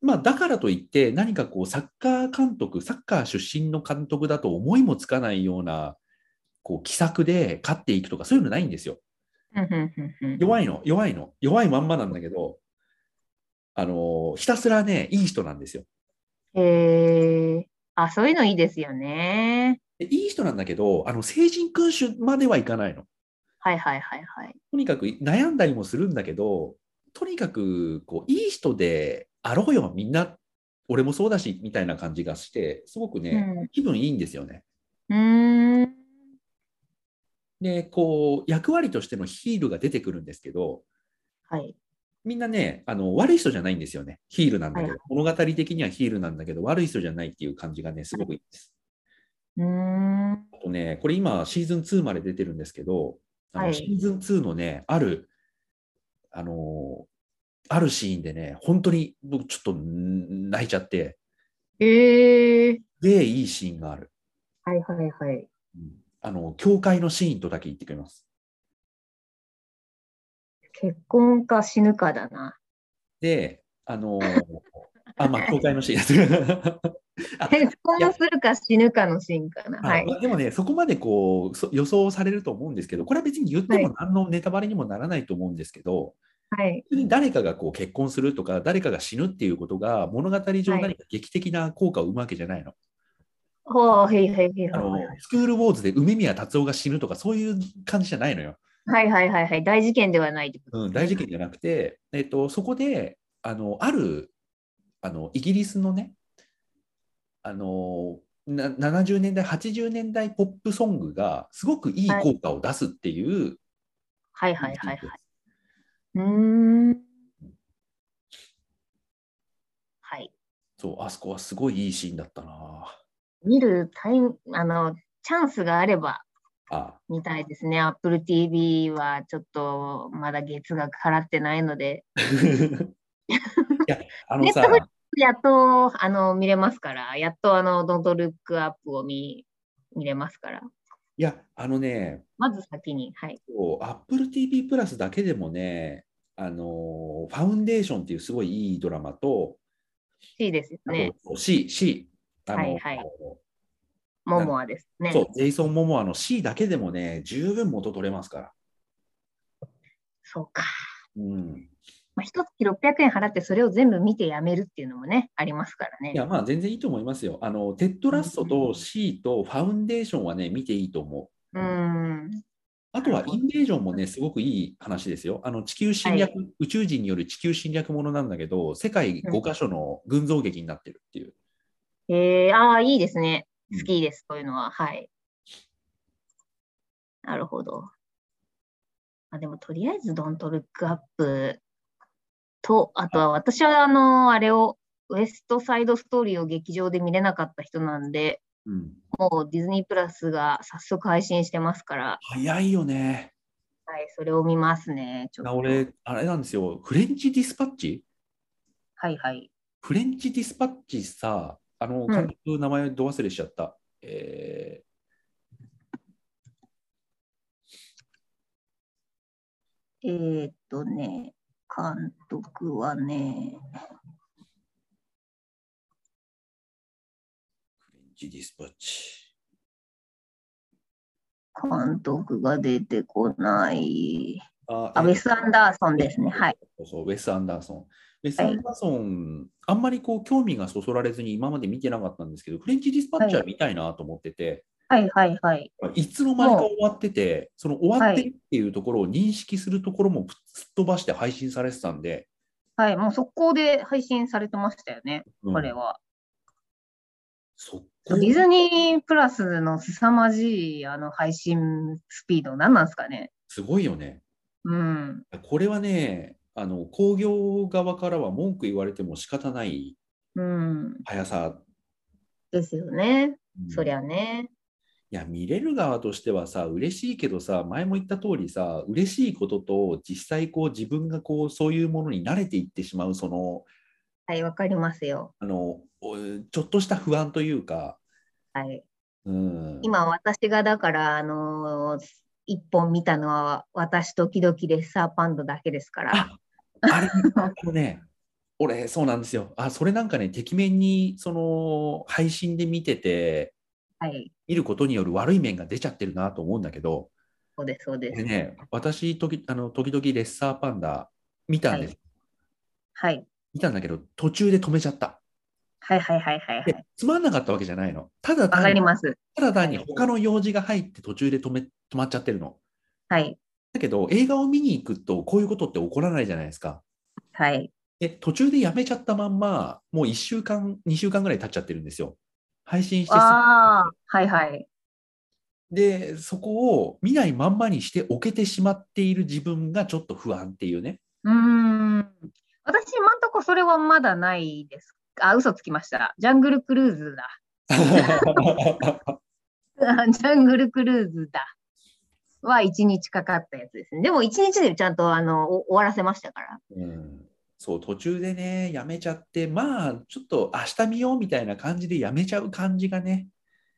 Speaker 1: まあ、だからといって、何かこう、サッカー監督、サッカー出身の監督だと思いもつかないような、こう、奇策で勝っていくとか、そういうのないんですよ。
Speaker 2: うんうんうんうん
Speaker 1: 弱いの、弱いの、弱いまんまなんだけど、あのーひたすらね、いい人なんですよ。
Speaker 2: へえ。あ、そういうのいいですよね。
Speaker 1: でいい人なんだけど、あの、成人君主まではいかないの。
Speaker 2: はいはいはいはい。
Speaker 1: とにかく悩んだりもするんだけど、とにかくこういい人であろうよ、みんな、俺もそうだしみたいな感じがして、すごくね、気分いいんですよね。
Speaker 2: うん。うーん。
Speaker 1: で、こう、役割としてのヒールが出てくるんですけど、
Speaker 2: はい。
Speaker 1: みんなね、あの悪い人じゃないんですよね。ヒールなんだけど、
Speaker 2: はい
Speaker 1: 物語的にはヒールなんだけど、悪い人じゃないっていう感じがね、すごくいいです。
Speaker 2: うーん。は
Speaker 1: あとね、これ今、シーズン2まで出てるんですけど、あの
Speaker 2: はい
Speaker 1: シーズン2のね、ある、あのーあるシーンでね、本当に僕、ちょっとん泣いちゃって、
Speaker 2: ええ。
Speaker 1: で、いいシーンがある。
Speaker 2: はいはいはい。
Speaker 1: うんあの、教会のシーンとだけ言ってくれます。
Speaker 2: 結婚か死ぬかだな。
Speaker 1: で、あ
Speaker 2: *laughs*
Speaker 1: のーあ、まあ、教会のシーン *laughs* あ
Speaker 2: 結婚するか死ぬかのシーンかな。は
Speaker 1: はい
Speaker 2: い。
Speaker 1: まあでもね、そこまでこうそ予想されると思うんですけど、これは別に言っても何のネタバレにもならないと思うんですけど、
Speaker 2: はい。
Speaker 1: 本当に誰かがこう結婚するとか、誰かが死ぬっていうことが、物語上
Speaker 2: はい
Speaker 1: 何か劇的な効果を生むわけじゃないの。
Speaker 2: ほう、へいへいへい
Speaker 1: あの
Speaker 2: はい。
Speaker 1: スクールウォーズで梅宮達夫が死ぬとか、そういう感じじゃないのよ。
Speaker 2: はいはいはいはい。大事件ではないってこと
Speaker 1: うん、大事件じゃなくて、えっと、そこであのあるあのイギリスのねあのな70年代80年代ポップソングがすごくいい
Speaker 2: はい
Speaker 1: 効果を出すっていう、
Speaker 2: はいはいはいはい。うーん。はい。
Speaker 1: そうあそこはすごいいいシーンだったな
Speaker 2: 見るタイム、あの、チャンスがあれば *laughs*
Speaker 1: あ *laughs*
Speaker 2: 見たいですね。Apple TV はちょっとまだ月額払ってないので、
Speaker 1: いやあのさ
Speaker 2: Netflix やっとあの見れますから、やっとあの、Don't Look Up を見見れますから、
Speaker 1: いやあのね
Speaker 2: まず先に、はい。
Speaker 1: こう Apple TV プラスだけでもねあのファウンデーションっていうすごいいいドラマと、
Speaker 2: C ですよね。
Speaker 1: あと C、C、あの、
Speaker 2: はいはいモモアですね。
Speaker 1: そう、ジェイソン・モモアの C だけでもね、十分元取れますから。
Speaker 2: そうか。
Speaker 1: うん、
Speaker 2: まあ、一月600円払ってそれを全部見てやめるっていうのもね、ありますからね。
Speaker 1: いや、まあ、全然いいと思いますよ。あの、テッドラストと C とファウンデーションはね、見ていいと思う。
Speaker 2: うーん。
Speaker 1: あとは、インベージョンもね、すごくいい話ですよ。あの、地球侵略、宇宙人による地球侵略ものなんだけど、世界
Speaker 2: うん
Speaker 1: 5カ所の群像劇になってるっていう。
Speaker 2: えー、ああ、いいですね。
Speaker 1: うん
Speaker 2: 好きです、そういうのは。はい。なるほど。あでも、とりあえず、ドントルックアップと、あとは私は、あの、あれを、ウエストサイドストーリーを劇場で見れなかった人なんで、
Speaker 1: うん、
Speaker 2: もうディズニープラスが早速配信してますから、
Speaker 1: 早いよね。
Speaker 2: はい、それを見ますね。ちょっと
Speaker 1: 俺、あれなんですよ、フレンチディスパッチ
Speaker 3: はいはい。
Speaker 1: フレンチディスパッチさ、あの、
Speaker 2: ん
Speaker 1: 監督、名前ど忘れしちゃった。え
Speaker 3: えーっとね、監督はね、
Speaker 1: ー、フレンチディスパッチ。
Speaker 3: 監督が出てこない。
Speaker 1: あ
Speaker 3: あ、
Speaker 1: え
Speaker 3: ウ
Speaker 1: ー
Speaker 3: ェス・アンダーソンですね。はい。
Speaker 1: そうそうウェス・アンダーソン。ウェス・アンダーソン、あんまりこう興味がそそられずに今まで見てなかったんですけど、フレンチ・ディスパッチャー見たいなと思ってて、
Speaker 3: はいはいはい。
Speaker 1: い、つの間にか終わってて、その終わってるっていうところを認識するところもすっ飛ばして配信されてたんで、
Speaker 3: はい、もう速攻で配信されてましたよね、
Speaker 1: うん
Speaker 3: これは。
Speaker 1: そこ
Speaker 3: ディズニープラスの凄まじいあの配信スピード、何なんですかね。
Speaker 1: すごいよね。
Speaker 3: うん。
Speaker 1: これはね、あの工業側からは文句言われても仕方ない
Speaker 3: うん。
Speaker 1: 速さ。
Speaker 2: ですよね。
Speaker 1: うん
Speaker 2: そりゃね。
Speaker 1: いや見れる側としてはさ嬉しいけどさ前も言った通りさ嬉しいことと実際こう自分がこうそういうものに慣れていってしまうその
Speaker 2: はい、わかりますよ。
Speaker 1: あのおちょっとした不安というか、
Speaker 2: はい。
Speaker 1: うん、
Speaker 2: 今私がだから、あのー一本見たのは私時々レッサーパンダだけですから。
Speaker 1: ああれあのね俺、そうなんですよ。あ、それなんかね、てきめんに、その、配信で見てて、
Speaker 3: はい。
Speaker 1: 見ることによる悪い面が出ちゃってるなと思うんだけど、
Speaker 2: そうです、そうで。
Speaker 1: ですね、私、時あの時々レッサーパンダ見たんです、
Speaker 3: はい。
Speaker 1: 見たんだけど、途中で止めちゃった。
Speaker 3: はいはいはいはいはい。
Speaker 1: でつまんなかったわけじゃないの。ただ
Speaker 3: わか
Speaker 1: 単
Speaker 3: り
Speaker 1: に、
Speaker 3: ます。
Speaker 1: ただ単に他の用事が入って途中で止め止まっちゃってるの。
Speaker 3: はい。
Speaker 1: だけど、映画を見に行くと、こういうことって起こらないじゃないですか。
Speaker 3: はい。
Speaker 1: で、途中でやめちゃったまんま、もう1週間、2週間ぐらい経っちゃってるんですよ。配信してす
Speaker 3: ああ、はいはい。
Speaker 1: で、そこを見ないまんまにしておけてしまっている自分がちょっと不安ってい
Speaker 3: *laughs*
Speaker 1: うね。
Speaker 3: うーん。私、今んとこそれはまだないです。あ、嘘つきました。ジャングルクルーズだ。ジ
Speaker 2: *laughs*
Speaker 3: ャングルクルーズだ。は1日かかったやつですね。
Speaker 2: でも一日でちゃんとあのお終わらせましたから。
Speaker 1: うん、そう、途中でね、やめちゃって、まあ、ちょっと明日見ようみたいな感じでやめちゃう感じがね、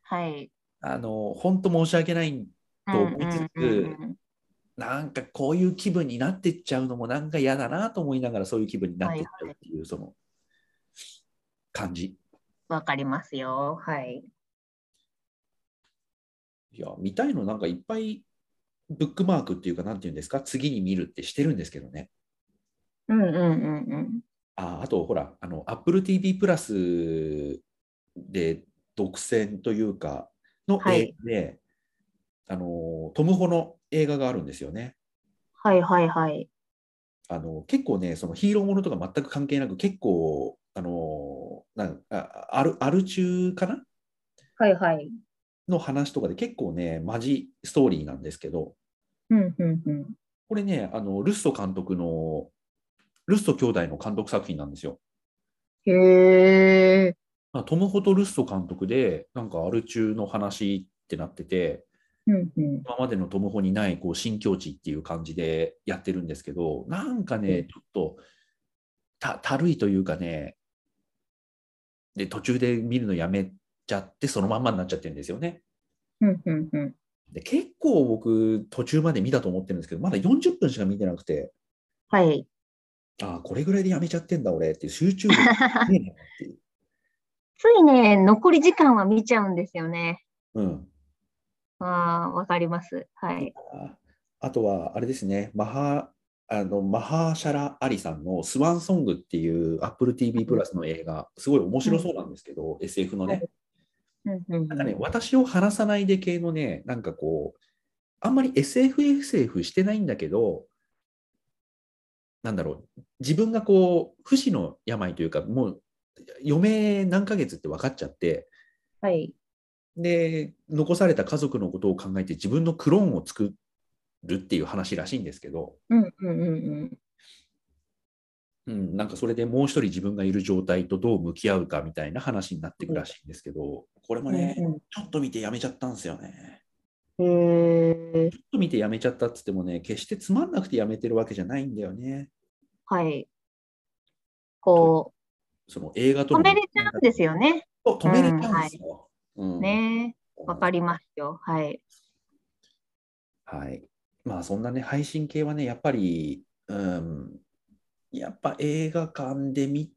Speaker 2: はい。
Speaker 1: あの、本当申し訳ない、と思いつつ
Speaker 2: うんうんうん
Speaker 1: なんかこういう気分になってっちゃうのもなんか嫌だなと思いながら、そういう気分になってっちゃうっていう、その感じ。
Speaker 2: わかりますよ。はい。
Speaker 1: いや、見たいのなんかいっぱいブックマークっていうか、なんていうんですか、次に見るってしてるんですけどね。
Speaker 2: うんうんうんうん。
Speaker 1: あ、あと、ほら、あの、Apple TV プラスで独占というか、の
Speaker 2: はい
Speaker 1: 映画で、あの、トム・ホの映画があるんですよね。
Speaker 2: はいはいはい。
Speaker 1: あの、結構ね、そのヒーローものとか全く関係なく、結構、あの、なんあある、ある中かな
Speaker 2: はいはい。
Speaker 1: の話とかで結構ね、マジストーリーなんですけど、
Speaker 2: うんうんうん。
Speaker 1: これね、あの、ルッソ監督の、ルッソ兄弟の監督作品なんですよ。
Speaker 2: へえ。
Speaker 1: まあ、トム・ホト・ルッソ監督で、なんかアル中の話ってなってて、
Speaker 2: うんうん。
Speaker 1: 今までのトム・ホにないこう新境地っていう感じでやってるんですけど、なんかね、ちょっとたたるいというかね、で、途中で見るのやめちゃって、そのまんまになっちゃってるんですよね。
Speaker 2: うんうんうん。
Speaker 1: で結構僕、途中まで見たと思ってるんですけど、まだ40分しか見てなくて、
Speaker 2: はい。
Speaker 1: ああ、これぐらいでやめちゃってんだ、俺っていう集中力がねえなっていう。
Speaker 2: ついね、残り時間は見ちゃうんですよね。
Speaker 1: うん
Speaker 2: ああ、わかります。はい。
Speaker 1: ああとは、あれですね、マハあのマハーシャラ・アリさんの「スワンソング」っていう Apple TV プラスの映画、すごい面白そうなんですけど、SF のね、
Speaker 2: うんうんうん
Speaker 1: なんかね、私を話さないで系のね、なんかこう、あんまり SFSF してないんだけど、なんだろう、自分がこう、不死の病というか、もう、余命何ヶ月って分かっちゃって、
Speaker 2: はい。
Speaker 1: で、残された家族のことを考えて、自分のクローンを作るっていう話らしいんですけど、
Speaker 2: うんうんうん
Speaker 1: うん、なんかそれでもう一人自分がいる状態とどう向き合うかみたいな話になってくらしいんですけど、これ
Speaker 2: う
Speaker 1: も
Speaker 2: ん。
Speaker 1: ね、
Speaker 2: うん
Speaker 1: ちょっと見てやめちゃったんですよね。
Speaker 2: うんへえ。
Speaker 1: ちょっと見てやめちゃったっつってもね、決してつまんなくてやめてるわけじゃないんだよね。
Speaker 2: はい。こ
Speaker 1: その映画
Speaker 2: う、
Speaker 1: と
Speaker 2: 止
Speaker 1: の
Speaker 2: めれちゃうんですよね。
Speaker 1: そう止めれちゃうんですよ。うん
Speaker 2: ねわかりますよ。はい。
Speaker 1: はい。まあそんなね、配信系はね、やっぱり、うん、やっぱ映画館で見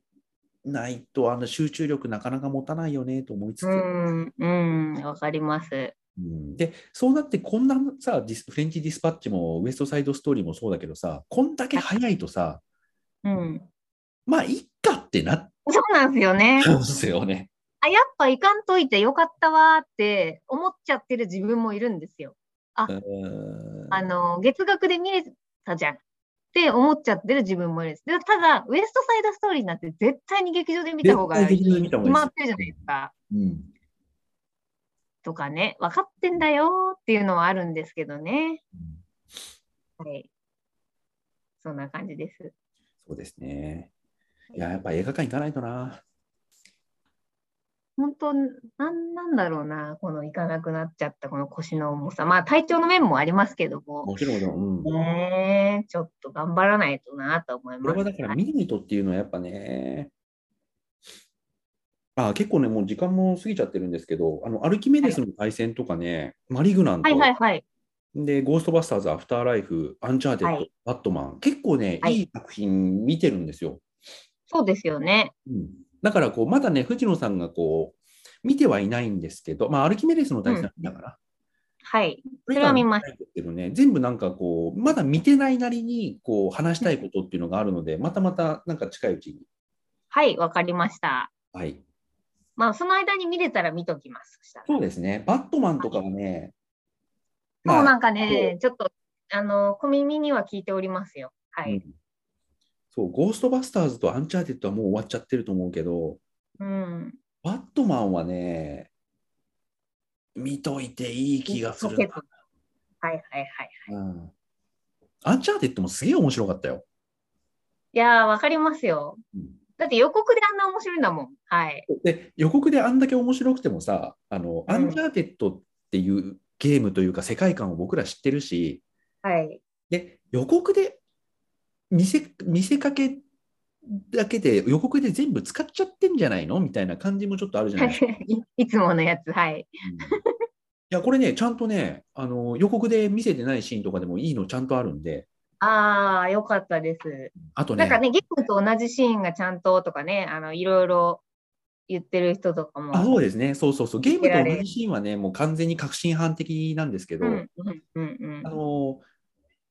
Speaker 1: ないと、あの集中力なかなか持たないよねと思いつつ、
Speaker 2: うん、うん、わかります。
Speaker 1: うんで、そうなって、こんなさ、ディスフレンチディスパッチもウエストサイドストーリーもそうだけどさ、こんだけ早いとさ、
Speaker 2: うん。
Speaker 1: まあ、いっかってなっ
Speaker 2: そうなんですよね
Speaker 1: *laughs* ち。ゃうんですよね。
Speaker 2: あ、やっぱ行かんといてよかったわーって思っちゃってる自分もいるんですよ。
Speaker 1: うー
Speaker 2: あ
Speaker 1: ん
Speaker 2: の、月額で見れたじゃんって思っちゃってる自分もいるんです。でただ、ウエストサイドストーリーなんて絶対に劇場で見た方がいい。
Speaker 1: 絶対劇場で見た方がいいです
Speaker 2: 決まってるじゃないですか。
Speaker 1: うん
Speaker 2: とかね、分かってんだよーっていうのはあるんですけどね。
Speaker 1: うん
Speaker 2: はい。そんな感じです。
Speaker 1: そうですね。いや、やっぱ映画館行かないとな。
Speaker 2: 本当、なんなんだろうな、この行かなくなっちゃったこの腰の重さ。まあ、体調の面もありますけども、
Speaker 1: もちろん、うん。こ
Speaker 2: ねえ、ちょっと頑張らないとなと思いま
Speaker 1: れ
Speaker 2: す。
Speaker 1: はだから
Speaker 2: はい
Speaker 1: 見ないとっていうのはやっぱね。あ結構ね、もう時間も過ぎちゃってるんですけど、あのアルキメデスの対戦とかね、マリグナント、
Speaker 2: はいはいはい。
Speaker 1: で、ゴーストバスターズ、アフターライフ、アンチャーテッド、
Speaker 2: はい
Speaker 1: バットマン、結構ね、
Speaker 2: はい
Speaker 1: いい作品見てるんですよ。
Speaker 2: そうですよね。
Speaker 1: うんだからこう、まだね、藤野さんがこう、見てはいないんですけど、まあ、アルキメデスの大戦だから、
Speaker 2: はい。
Speaker 1: そ
Speaker 2: れは見ま
Speaker 1: したけどね、全部なんかこう、まだ見てないなりに、こう、話したいことっていうのがあるので、またまた、なんか近いうちに。
Speaker 2: はい、わかりました。
Speaker 1: はい。
Speaker 2: まあ、その間に見れたら見ときます。そしたら。
Speaker 1: そうですね。バットマンとかはね、まあ
Speaker 2: もうなんかね、ちょっと、あの、小耳には聞いておりますよ。は
Speaker 1: う
Speaker 2: い。
Speaker 1: んそう、ゴーストバスターズとアンチャーテッドはもう終わっちゃってると思うけど、
Speaker 2: うん。
Speaker 1: バットマンはね、見といていい気がする
Speaker 2: はい
Speaker 1: な。
Speaker 2: はいはいはい。
Speaker 1: うんアンチャーテッドもすげえ面白かったよ。
Speaker 2: いやー、わかりますよ。
Speaker 1: うん
Speaker 2: だって予告であんな面白いんだもん。はい。
Speaker 1: で予告であんだけ面白くてもさ「あの
Speaker 2: うん
Speaker 1: アンチャーテッド」っていうゲームというか世界観を僕ら知ってるし
Speaker 2: はい。
Speaker 1: で予告で見せ見せかけだけで予告で全部使っちゃってんじゃないのみたいな感じもちょっとあるじゃないですか。
Speaker 2: い *laughs* いつものやつ。はい。
Speaker 1: うんいやこれねちゃんとねあの予告で見せてないシーンとかでもいいのちゃんとあるんで
Speaker 2: ああ、よかったです。
Speaker 1: あと
Speaker 2: な
Speaker 1: ね
Speaker 2: んかね、ゲームと同じシーンがちゃんととかね、あの、いろいろ言ってる人とかも。
Speaker 1: あそうですねそうそうそうゲームと同じシーンはねもう完全に確信犯的なんですけど、
Speaker 2: うんうんうんうん
Speaker 1: あの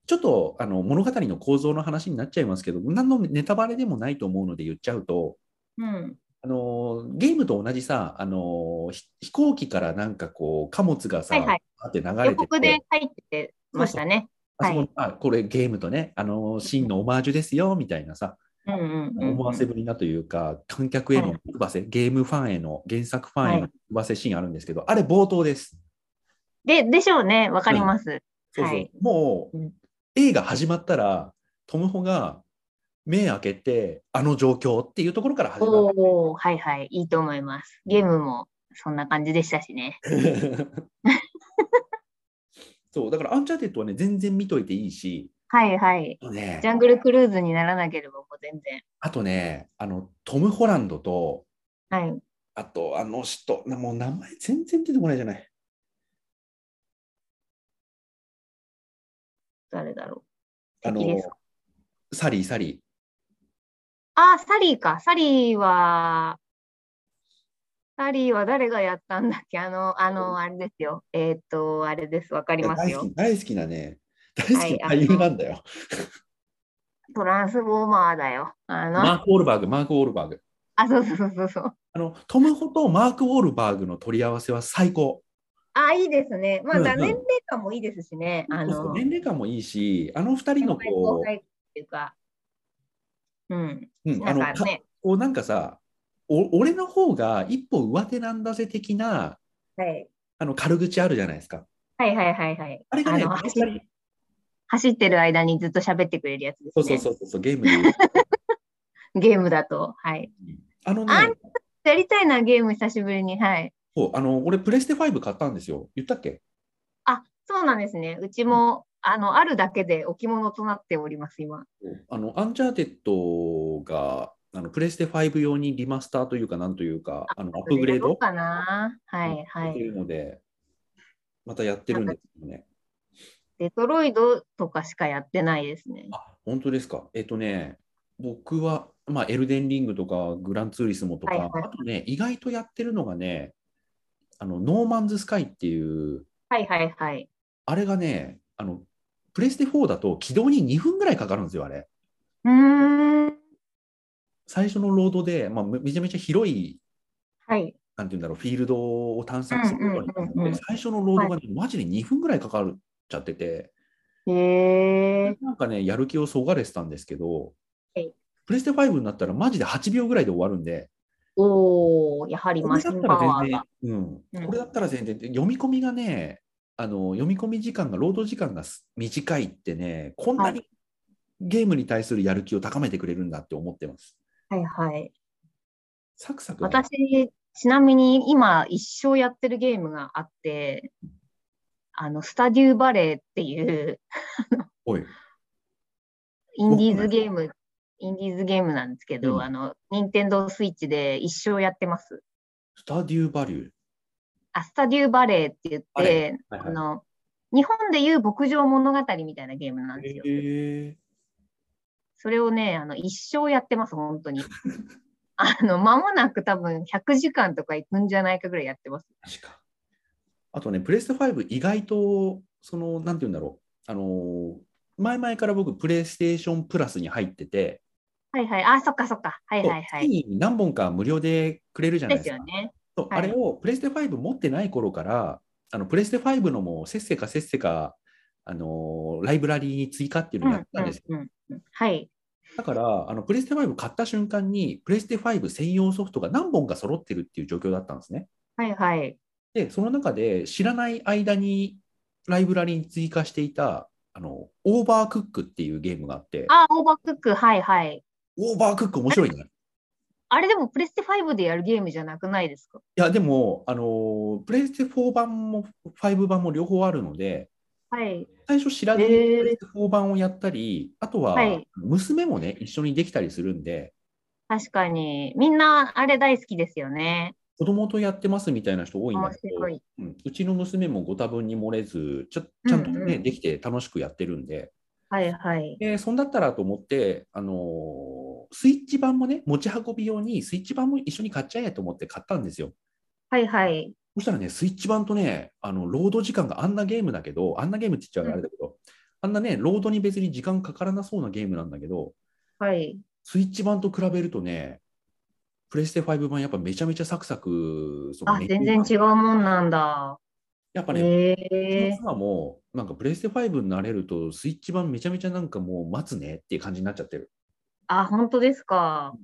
Speaker 1: ちょっとあの物語の構造の話になっちゃいますけど何のネタバレでもないと思うので言っちゃうと
Speaker 2: うん。
Speaker 1: あのゲームと同じさあのひ飛行機からなんかこう貨物がさ、
Speaker 2: はいはい
Speaker 1: バーって流れてて
Speaker 2: 予告で入ってましたね。
Speaker 1: あそこ
Speaker 2: はい
Speaker 1: あこれゲームとねあの真のオマージュですよみたいなさ
Speaker 2: うんうんうんうん
Speaker 1: 思わせぶりなというか、観客への配せ、ゲームファンへの原作ファンへの配せシーンあるんですけど、あれ冒頭です。
Speaker 2: で、でしょうね。わかります。
Speaker 1: そうそう
Speaker 2: はい
Speaker 1: もう映画始まったらトム・ホが目開けてあの状況っていうところから始まる。
Speaker 2: おおはいはい。いいと思います。ゲームもそんな感じでしたしね。
Speaker 1: *laughs* そうだからアンチャーテッドはね全然見といていいし、
Speaker 2: はいはい。
Speaker 1: あとね
Speaker 2: ジ、ャングルクルーズにならなければもう全然。
Speaker 1: あとねあのトム・ホランドと
Speaker 2: はい。
Speaker 1: あとあの人なもう名前全然出てこないじゃない。
Speaker 2: 誰だろう。
Speaker 1: あの
Speaker 2: 敵です
Speaker 1: サリーサリ
Speaker 2: あ、サリーか。サリーは、サリーは誰がやったんだっけあの、あの、あれですよ。えーっと、あれです。わかり
Speaker 1: ー
Speaker 2: ます
Speaker 1: 大好
Speaker 2: よ。
Speaker 1: き大好きなね大好きな
Speaker 2: はいあの
Speaker 1: 俳優なんだよ。
Speaker 2: トランスフォーマーだよ。あの、
Speaker 1: マーク・ウォールバーグマーク・ウォールバーグ。
Speaker 2: あ、そうそうそうそうそう。
Speaker 1: あのトム・ホとマーク・ウォールバーグの取り合わせは最高。
Speaker 2: あ、いいですね。まあ、
Speaker 1: うんうん
Speaker 2: 年齢感もいいですしね。
Speaker 1: そ
Speaker 2: あ
Speaker 1: うそう
Speaker 2: の、
Speaker 1: 年齢感もいいし、あの二人の
Speaker 2: 先輩後
Speaker 1: こ
Speaker 2: 輩っていうか、うん、
Speaker 1: う、うん、
Speaker 2: な
Speaker 1: あの
Speaker 2: んか
Speaker 1: か
Speaker 2: ね、
Speaker 1: こうなんかさ、お俺の方が一歩上手なんだぜ的な
Speaker 2: はい、
Speaker 1: あの軽口あるじゃないですか。
Speaker 2: はいはいはいはい。
Speaker 1: あれがね、
Speaker 2: の
Speaker 1: この二
Speaker 2: 走
Speaker 1: 人
Speaker 2: 走ってる間にずっと喋ってくれるやつです
Speaker 1: そ
Speaker 2: ね。
Speaker 1: うそうそうそう、ゲームで
Speaker 2: *laughs*
Speaker 1: 言う。
Speaker 2: ゲームだと。はい。
Speaker 1: あの
Speaker 2: あ
Speaker 1: ね
Speaker 2: ん、やりたいな、ゲーム久しぶりに。はい。
Speaker 1: そうあの俺、プレステ5買ったんですよ。言ったっけ
Speaker 2: あ、そうなんですね。うちも、あの、あるだけで置物となっております、今。
Speaker 1: あのアンチャーテッドがあのプレステ5用にリマスターというか、なんというか、あのアップグレー
Speaker 2: どう
Speaker 1: ド
Speaker 2: かなはい、は
Speaker 1: って
Speaker 2: い。
Speaker 1: いうので、またやってるんですけどね。
Speaker 2: デトロイドとかしかやってないですね。
Speaker 1: あ、本当ですか。えっとね、僕は、まあ、エルデンリングとか、グランツーリスモとか、
Speaker 2: はいはい
Speaker 1: あとね、意外とやってるのがね、あの、ノーマンズスカイっていう、
Speaker 2: はい、はい、はい。
Speaker 1: あれがね、あの、プレステ4だと起動に2分ぐらいかかるんですよ、あれ。
Speaker 2: うーん。
Speaker 1: 最初のロードで、まあ、めめちゃめちゃ広い、
Speaker 2: はい。
Speaker 1: なんていうんだろう、フィールドを探索するようになって
Speaker 2: うんうんうんうん
Speaker 1: 最初のロードがね、マジで2分ぐらいかかっちゃってて、
Speaker 2: へえ。
Speaker 1: なんかね、やる気をそがれてたんですけど
Speaker 2: はい、
Speaker 1: プレステ5になったらマジで8秒ぐらいで終わるんで、
Speaker 2: おー、やはり
Speaker 1: こ
Speaker 2: マ
Speaker 1: れだ
Speaker 2: シ
Speaker 1: っ
Speaker 2: ン
Speaker 1: た
Speaker 2: パ
Speaker 1: ら
Speaker 2: ワ
Speaker 1: 全然
Speaker 2: ーが。、
Speaker 1: うん、これだったら全然、で読み込みがね、あの読み込み時間が、労働時間がす短いってね、こんなにゲームに対するやる気を高めてくれるんだって思ってます。
Speaker 2: はい、はい。
Speaker 1: サクサクね、
Speaker 2: 私、ちなみに今、一生やってるゲームがあって、あの、スタデューバレーっていう、
Speaker 1: おい、
Speaker 2: インディーズゲーム、インディーズゲームなんですけど、
Speaker 1: うん
Speaker 2: あの、ニンテンドースイッチで一生やってます。
Speaker 1: スタデューバリュー。
Speaker 2: アスタデューバレーって言っ
Speaker 1: バレ
Speaker 2: て、
Speaker 1: はい
Speaker 2: あの、日本でいう牧場物語みたいなゲームなんですよ。
Speaker 1: え
Speaker 2: それをね、あの、一生やってます、本当に。 *laughs* あの、間もなく多分100時間とか行くんじゃないかぐらいやってます。
Speaker 1: 確か。あとね、プレステ5意外と、その、なんて言うんだろう。あのー前々から僕、プレイステーションプラスに入ってて、
Speaker 2: はいはい。あ、そっかそっか。はいはいは
Speaker 1: 月
Speaker 2: い。
Speaker 1: に何本か無料でくれるじゃない
Speaker 2: で
Speaker 1: ですすか。
Speaker 2: よね。
Speaker 1: そう
Speaker 2: はい
Speaker 1: あれをプレステ5持ってない頃から、あのプレステ5のもせっせかせっせか、あのーライブラリーに追加っていう
Speaker 2: う
Speaker 1: の
Speaker 2: ん
Speaker 1: を
Speaker 2: う
Speaker 1: やったんですよ。
Speaker 2: んうん。はい。
Speaker 1: だから、あのプレステ5買った瞬間に、プレステ5専用ソフトが何本か揃ってるっていう状況だったんですね。
Speaker 2: はいはい。
Speaker 1: で、その中で知らない間にライブラリーに追加していた、あのオーバークックっていうゲームがあって、
Speaker 2: あ、オーバークック。はいはい。
Speaker 1: オーバークック面白いね。い
Speaker 2: あれでもプレステ5でやるゲームじゃなくないですか
Speaker 1: や、でも、あのープレステ4版も5版も両方あるので、
Speaker 2: はい。
Speaker 1: 最初知らずに
Speaker 2: へー
Speaker 1: プレステ4版をやったり、あとは
Speaker 2: はい
Speaker 1: 娘もね、一緒にできたりするんで、
Speaker 2: 確かに。みんなあれ大好きですよね。
Speaker 1: 子供とやってますみたいな人多いんだ
Speaker 2: 面
Speaker 1: けど
Speaker 2: 白、い。
Speaker 1: うんうちの娘もご多分に漏れず、ちゃちゃんとね、
Speaker 2: うんうん
Speaker 1: できて楽しくやってるんで、
Speaker 2: はいはい。
Speaker 1: でそんだったらと思って、あのースイッチ版もね、持ち運び用にスイッチ版も一緒に買っちゃえと思って買ったんですよ。
Speaker 2: はいはい。
Speaker 1: そしたらね、スイッチ版とね、あのロード時間があんなゲームだけど、あんなゲームって言っちゃあれだけど、あんなね、ロードに別に時間かからなそうなゲームなんだけど、
Speaker 2: はい。
Speaker 1: スイッチ版と比べるとね、プレステ5版やっぱめちゃめちゃサクサク、その
Speaker 2: あ、
Speaker 1: メニュ
Speaker 2: 全
Speaker 1: ー
Speaker 2: 然違うもんなんだ。
Speaker 1: やっぱね、
Speaker 2: へ
Speaker 1: うちの
Speaker 2: え。
Speaker 1: 妻もなんかプレステ5になれると、スイッチ版めちゃめちゃなんかもう待つねっていう感じになっちゃってる。
Speaker 2: あ、本当ですか。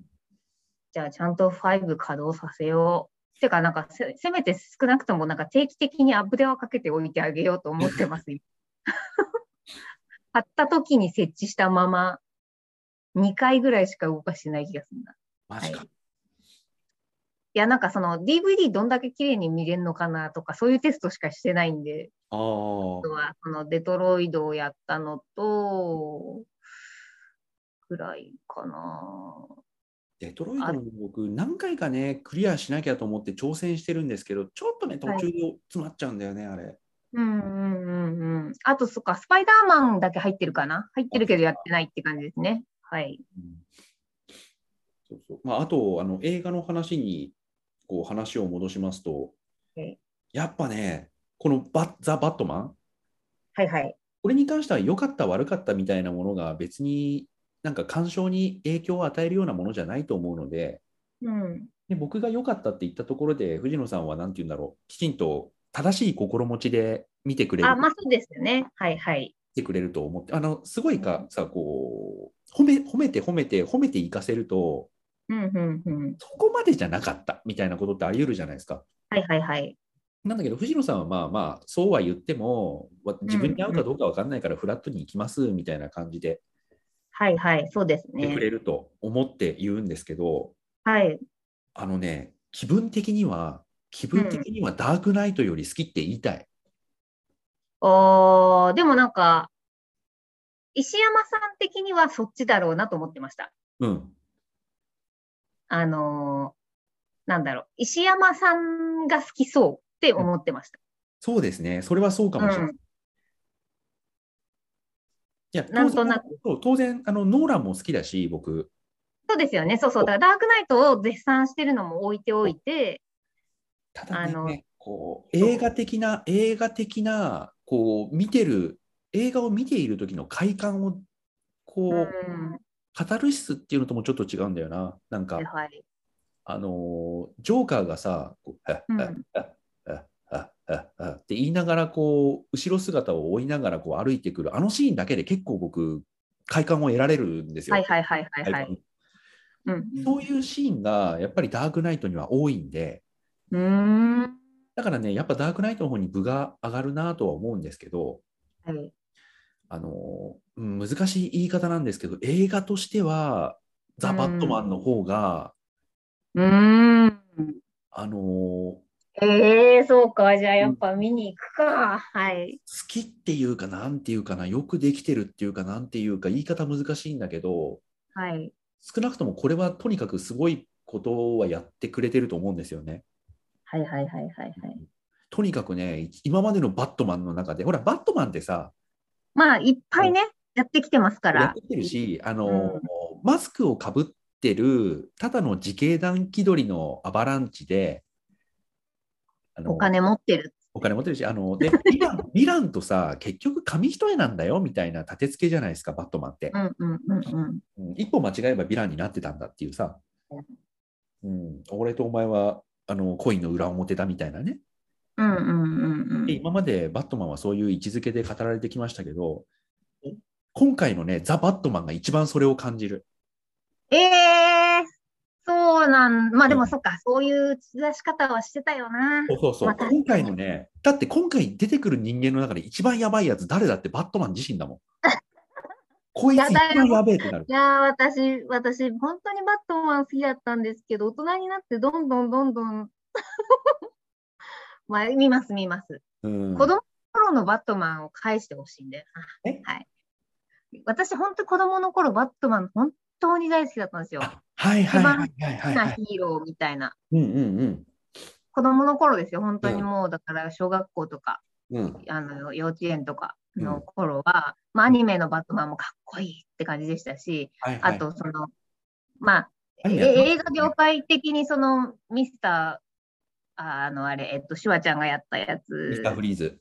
Speaker 2: じゃあ、ちゃんと5稼働させよう。てか、なんかせ、せめて少なくとも、なんか定期的にアップデートをかけておいてあげようと思ってます。今買った時に設置したまま、2回ぐらいしか動かしてない気がするな。
Speaker 1: マジか。
Speaker 2: はいいや、なんかその DVD どんだけ綺麗に見れるのかなとか、そういうテストしかしてないんで、
Speaker 1: あ
Speaker 2: あと
Speaker 1: あ、
Speaker 2: はそのデトロイドをやったのと、ぐらいかな。
Speaker 1: デトロイドの僕、何回かね、クリアしなきゃと思って挑戦してるんですけど、ちょっとね、途中で詰まっちゃうんだよね、あれ。
Speaker 2: うんうんうんうん。あと、そっか、スパイダーマンだけ入ってるかな入ってるけどやってないって感じですね。はい。
Speaker 1: うんそうそうまあ、あとあの映画の話にこう話を戻しますと、
Speaker 2: はい
Speaker 1: やっぱねこのバ「ザ・バットマン
Speaker 2: はいはい。」
Speaker 1: これに関しては良かった悪かったみたいなものが別になんか鑑賞に影響を与えるようなものじゃないと思うので
Speaker 2: うん。
Speaker 1: で僕が良かったって言ったところで藤野さんは何て言うんだろうきちんと正しい心持ちで見てくれる
Speaker 2: あ、まあそうですよね。はいはい。
Speaker 1: 見てくれると思ってあのすごいかさこう褒め褒めて褒めて褒めていかせると
Speaker 2: うんうんうん。
Speaker 1: そこまでじゃなかったみたいなことってあり得るじゃないですか。
Speaker 2: はいはいはい。
Speaker 1: なんだけど、藤野さんはまあまあ、そうは言っても、わ自分に合うかどうか分かんないから、フラットに行きますみたいな感じで
Speaker 2: はいはい。そうです
Speaker 1: 言って
Speaker 2: ね
Speaker 1: く。れると思って言うんですけど、
Speaker 2: はい。
Speaker 1: あのね、気分的には、気分的にはダークナイトより好きって言いたい。
Speaker 2: おーでもなんか、石山さん的にはそっちだろうなと思ってました。
Speaker 1: うん。
Speaker 2: あのーなんだろう。石山さんが好きそうって思ってました。
Speaker 1: そうですね。それはそうかもしれない。
Speaker 2: う
Speaker 1: いや、
Speaker 2: なんとな
Speaker 1: く。そう当然、あの、ノーランも好きだし、僕。
Speaker 2: そうですよね。そうそう。だからダークナイトを絶賛してるのも置いておいて、
Speaker 1: ただね、
Speaker 2: あの
Speaker 1: こう映画的な、映画的な、こう、見てる、映画を見ている時の快感を、こう、
Speaker 2: うん、
Speaker 1: カタルシスっていうのともちょっと違うんだよな。なんか
Speaker 2: はい、はい。
Speaker 1: あのージョーカーがさ、こうはっ
Speaker 2: うん
Speaker 1: はっはっはっはっはっはって言いながら、こう、後ろ姿を追いながらこう歩いてくる、あのシーンだけで結構僕、快感を得られるんですよ。
Speaker 2: はいはいはいはいは
Speaker 1: 快
Speaker 2: い
Speaker 1: 感。
Speaker 2: うん
Speaker 1: そういうシーンがやっぱりダークナイトには多いんで、
Speaker 2: うーん。は
Speaker 1: だからね、やっぱダークナイトの方に部が上がるなとは思うんですけど、
Speaker 2: い。
Speaker 1: あのーうん難しい言い方なんですけど、映画としては、ザ・バットマンの方が、
Speaker 2: うーん。
Speaker 1: あのー
Speaker 2: ええそうか。じゃあやっぱ見に行くか。はい。
Speaker 1: 好きっていうかなんていうかなよくできてるっていうかなんていうか言い方難しいんだけど
Speaker 2: はい。
Speaker 1: 少なくともこれはとにかくすごいことはやってくれてると思うんですよね。
Speaker 2: はいはいはいはいはい。
Speaker 1: とにかくね今までのバットマンの中でほらバットマンってさ
Speaker 2: まあ、いっぱいね、やってきてますか
Speaker 1: やっ
Speaker 2: ら
Speaker 1: て。きてるし、あの、マスクをかぶってる、ただの自警団気取りのアバランチで、あの
Speaker 2: お金持ってる。
Speaker 1: お金持ってるし、あの、で、ヴィランヴィランとさ、結局紙一重なんだよみたいな立て付けじゃないですか、バットマンって
Speaker 4: う。んうんうんうん。
Speaker 1: うん一歩間違えばヴィランになってたんだっていうさ、うん、俺とお前は、あの、コインの裏表だみたいなね。
Speaker 4: うんうんうんうん
Speaker 1: で。今までバットマンはそういう位置づけで語られてきましたけど、今回のね、ザ・バットマンが一番それを感じる。
Speaker 2: ええそうなん、まあで
Speaker 1: う
Speaker 2: も
Speaker 1: ん
Speaker 2: そっか、そういう出し方はしてたよな。
Speaker 1: そうそうそう
Speaker 4: また
Speaker 1: 今回のね、だって今回出てくる人間の中で一番やばいやつ誰だってバットマン自身
Speaker 2: *laughs*
Speaker 1: だもん。こいつ
Speaker 4: や
Speaker 1: 一
Speaker 4: だよ
Speaker 1: 番やべえってなる
Speaker 4: い。やー私、私、本当にバットマン好きだったんですけど、大人になってどんどんどんどん
Speaker 2: *laughs* まあ、見ます、見ます。
Speaker 1: うん、
Speaker 2: 子供の頃のバットマンを返してほしいんだよな
Speaker 1: え
Speaker 2: はい。私、本当子供の頃、バットマン、本当に大好きだったんですよ。
Speaker 1: あはいはいはいはいは
Speaker 2: 好き
Speaker 1: い、
Speaker 2: な
Speaker 1: はい。
Speaker 2: ヒーローみたいな。
Speaker 1: うんうん
Speaker 2: 子供の頃ですよ、本当
Speaker 1: う
Speaker 2: に
Speaker 1: ん
Speaker 2: もう、だから小学校とか、
Speaker 1: うん。うん、
Speaker 2: あの幼稚園とか
Speaker 1: うん
Speaker 2: の頃は、まあ、アニメのバットマンもかっこいいって感じでしたし、
Speaker 1: はいは
Speaker 2: あ
Speaker 1: い。
Speaker 2: と、その、まあ、
Speaker 1: アニメやってます
Speaker 2: え映画業界的にそのミスター、ああのあれ、えっと、シュワちゃんがやったや
Speaker 1: ミ
Speaker 2: つ
Speaker 1: ス、ターフリーズ。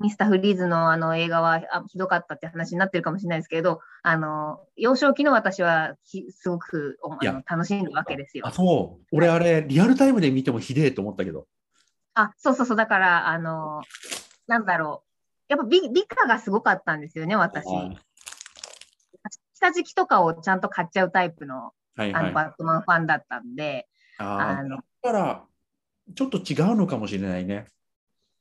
Speaker 2: ミスターフリーズのあの映画はあひどかったって話になってるかもしれないですけど、あの幼少期の私はひすごくおあ
Speaker 1: いや
Speaker 2: の楽しんだわけですよ
Speaker 1: あ、。そう。俺あれ、リアルタイムで見てもひでえと思ったけど。
Speaker 2: あ、そうそうそう、だから、あのなんだろう。やっぱ美理科がすごかったんですよね、私。
Speaker 1: あ
Speaker 2: 下敷きとかをちゃんと買っちゃうタイプの
Speaker 1: はい
Speaker 2: あ
Speaker 1: は
Speaker 2: の
Speaker 1: い。
Speaker 2: バットマンファンだったんで、
Speaker 1: あー
Speaker 2: あの
Speaker 1: だから、ちょっと違うのかもしれないね。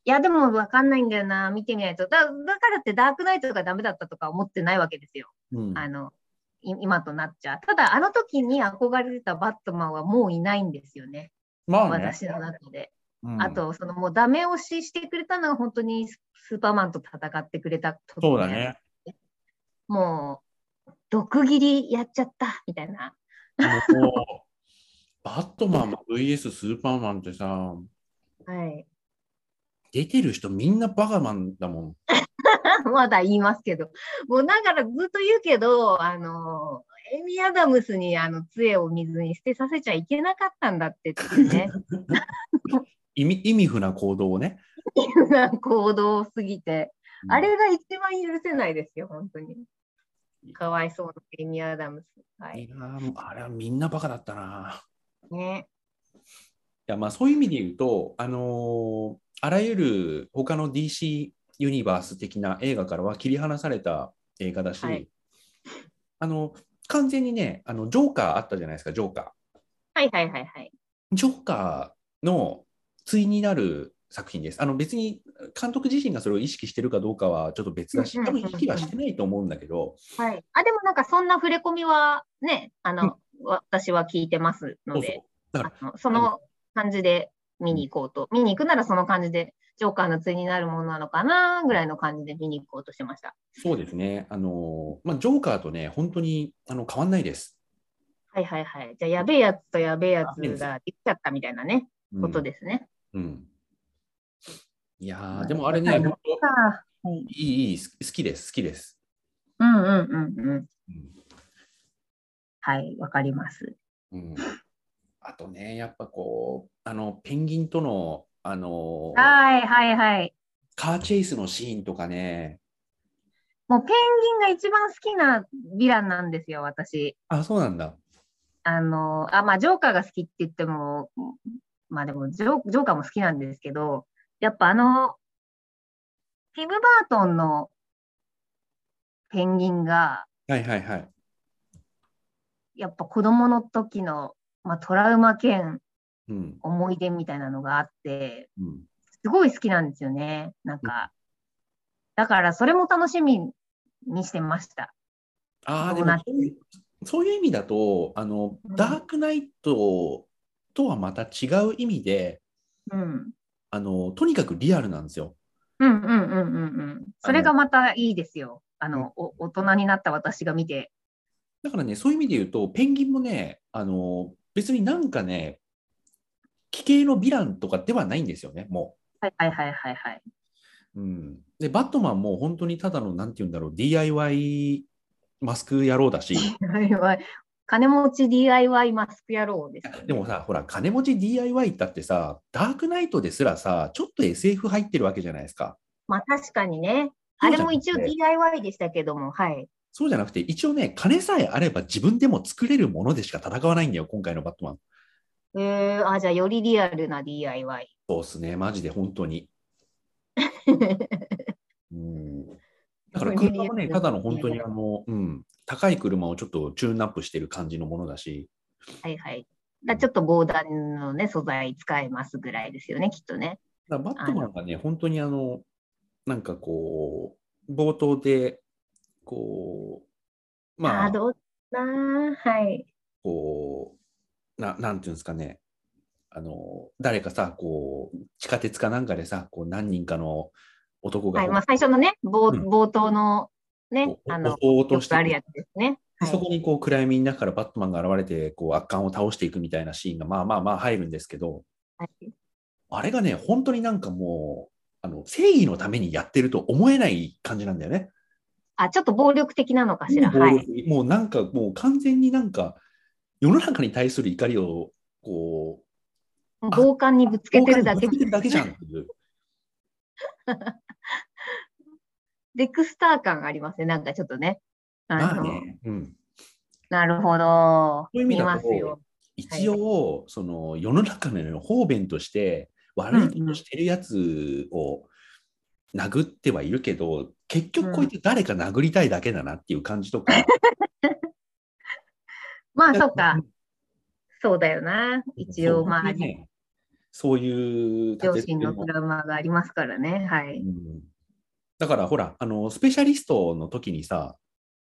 Speaker 2: いや、でも分かんないんだよな、見てみないと。だだからってダークナイトがダメだったとか思ってないわけですよ。
Speaker 1: うん、
Speaker 2: あの、い今となっちゃう。ただ、あの時に憧れてたバットマンはもういないんですよね。
Speaker 1: まあね。
Speaker 2: 私の中で。
Speaker 1: うん
Speaker 2: あと、そのもうダメ押ししてくれたのが本当にススーパーマンと戦ってくれた時
Speaker 1: そうだね。
Speaker 2: もう、毒斬りやっちゃった、みたいな。
Speaker 1: もうバットマン VS スーパーマンってさ、
Speaker 2: はい。
Speaker 1: 出てる人みんなバカマンだもん。
Speaker 2: *laughs* まだ言いますけど。もうだからずっと言うけど、あの、エミ・アダムスにあの杖を水に捨てさせちゃいけなかったんだってっていう *laughs* ね、
Speaker 1: 意味意味不な行動をね。
Speaker 2: 行動すぎて。あれが一番許せないですよ、本当に。かわいそうなエミ・アダムス。はいい。
Speaker 1: やーあれはみんなバカだったな。
Speaker 2: ね。
Speaker 1: いやまあそういう意味で言うと、あのーあらゆる他の DC ユニバース的な映画からは切り離された映画だし、
Speaker 2: はい
Speaker 1: あの完全にねあの、ジョーカーあったじゃないですか、ジョーカ
Speaker 2: はいはいはいはい。
Speaker 1: ー。ジョーカーの対になる作品です。あの別に監督自身がそれを意識してるかどうかはちょっと別だし、
Speaker 2: うんうん
Speaker 1: 多
Speaker 2: うんう
Speaker 1: 分
Speaker 2: ん
Speaker 1: 意識はしてないと思うんだけど、
Speaker 2: はい、あでもなんかそんな触れ込みはね、あの、私は聞いてます
Speaker 1: そ
Speaker 2: の
Speaker 1: うそう
Speaker 2: で、
Speaker 1: だから
Speaker 2: あのその感じで見に行こうと。見に行くならその感じで、ジョーカーの対になるものなのかなぐらいの感じで見に行こうとしてました。
Speaker 1: そうですね、あのーまあ、ジョーカーとね、本当にあの変わんないです。
Speaker 2: はいはいはい。じゃあ、やべえやつとやべえや
Speaker 1: やべえや
Speaker 2: つ
Speaker 1: つ
Speaker 2: ができちゃったみたいなね、
Speaker 1: うん
Speaker 2: ことですね。
Speaker 1: うん、いや
Speaker 2: は
Speaker 1: ー
Speaker 2: い
Speaker 1: でもあれね、
Speaker 2: はい
Speaker 1: 本当
Speaker 2: あ
Speaker 1: いい、いい、好き好きです、好きです。
Speaker 2: うんうんうんうん。
Speaker 1: うん
Speaker 2: はい、わかります。
Speaker 1: うん、あとね、やっぱこう、あのペンギンとの、あのー
Speaker 2: はいはいはい。
Speaker 1: カーチェイスのシーンとかね、
Speaker 2: もうペンギンが一番好きなヴィランなんですよ、私。
Speaker 1: あ、そうなんだ。
Speaker 2: あの、あ、まあ、ジョーカーが好きって言っても、まあでもジョー、ジョーカーも好きなんですけど、やっぱあの、ティム・バートンのペンギンが、
Speaker 1: はいはいはい。
Speaker 2: やっぱ子供の時の、まあ、トラウマ兼
Speaker 1: うん。
Speaker 2: 思い出みたいなのがあって、
Speaker 1: うん、
Speaker 2: すごい好きなんですよね。なんか、だからそれも楽しみにしてました。
Speaker 1: ああ、
Speaker 2: ど
Speaker 1: で
Speaker 2: うな
Speaker 1: も
Speaker 2: っ
Speaker 1: そういう、そういう意味だと、あの、
Speaker 2: うん
Speaker 1: ダークナイトとはまた違う意味で、
Speaker 2: うん。
Speaker 1: あのとにかくリアルなんですよ。
Speaker 2: うんうんうんうんうん。それがまたいいですよ。あの、お大人になった私が見て。
Speaker 1: だからね、そういう意味で言うと、ペンギンもね、あの別になんかね、奇形のヴィランとかではないんですよね、も
Speaker 2: はいはいはいはいはい。
Speaker 1: う。うん、で、バットマンも本当にただの、なんて言うんだろう、DIY マスク野郎だし、
Speaker 2: DIY 金持ち DIY マスク野郎ですよね、
Speaker 1: でもさ、ほら、金持ち DIY ったってさ、ダークナイトですらさ、ちょっと SF 入ってるわけじゃないですか。
Speaker 2: まあ確かにね。
Speaker 1: そ
Speaker 2: あ
Speaker 1: うじ
Speaker 2: れ
Speaker 1: ゃなくて
Speaker 2: も一応 DIY でしたけども、はい。
Speaker 1: そうじゃなくて、一応ね、金さえあれば自分でも作れるものでしか戦わないんだよ、今回のバットマン。
Speaker 2: えー、あ、じゃあよりリアルな DIY。
Speaker 1: そうっすね、マジで本当に。うんだから車もね、ただの本当にあの、うん、高い車をちょっとチューンアップしてる感じのものだし、
Speaker 2: はいはい。だからちょっと防弾のね、素材使えますぐらいですよね、きっとね。
Speaker 1: だからバットマンがね、本当にあの、なんかこう、冒頭で、こう、ま
Speaker 2: あー
Speaker 1: あ、
Speaker 2: どうなーはい。
Speaker 1: こう、ななんていうんですかね、あの、誰かさ、こう、地下鉄かなんかでさ、こう何人かの男が、
Speaker 2: はい、まあ最初のね、冒
Speaker 1: うん
Speaker 2: 冒頭のね
Speaker 1: こ、う
Speaker 2: あの、
Speaker 1: 襲おう
Speaker 2: よ
Speaker 1: とし
Speaker 2: く
Speaker 1: て
Speaker 2: あるやつですね。
Speaker 1: で
Speaker 2: はい
Speaker 1: そこにこう暗闇の中からバットマンが現れてこう悪漢を倒していくみたいなシーンがまあまあまあ入るんですけど
Speaker 2: はい
Speaker 1: あれがね本当になんかもうあの正義のためにやってると思えない感じなんだよね。
Speaker 2: あ、ちょっと暴力的なのかしら。
Speaker 1: 暴
Speaker 2: はい。
Speaker 1: 力もうなんかもう完全になんか世の中に対する怒りをこ
Speaker 2: 暴漢にぶつ
Speaker 1: う
Speaker 2: けてるだけ
Speaker 1: 傍観にぶつ。けてるだけじゃんっていう
Speaker 2: デクスター感ありますね、なんかちょっとね。あ
Speaker 1: ま
Speaker 2: の
Speaker 1: あね、うん、
Speaker 2: なるほど。
Speaker 1: そういう意味
Speaker 2: 見
Speaker 1: だ
Speaker 2: ま
Speaker 1: と
Speaker 2: すよ。
Speaker 1: 一応、その世の中の方便として悪いことしてるやつを殴ってはいるけど、結局こいつ誰か殴りたいだけだなっていう感じとか、
Speaker 2: ま *laughs* あ、そっか。そうだよな。一応、まあ、
Speaker 1: ね、そういう立
Speaker 2: 両
Speaker 1: て付け
Speaker 2: 親の
Speaker 1: も
Speaker 2: トラウマがありますからね。はい。
Speaker 1: うんだからほらあのスペシャリストの時にさ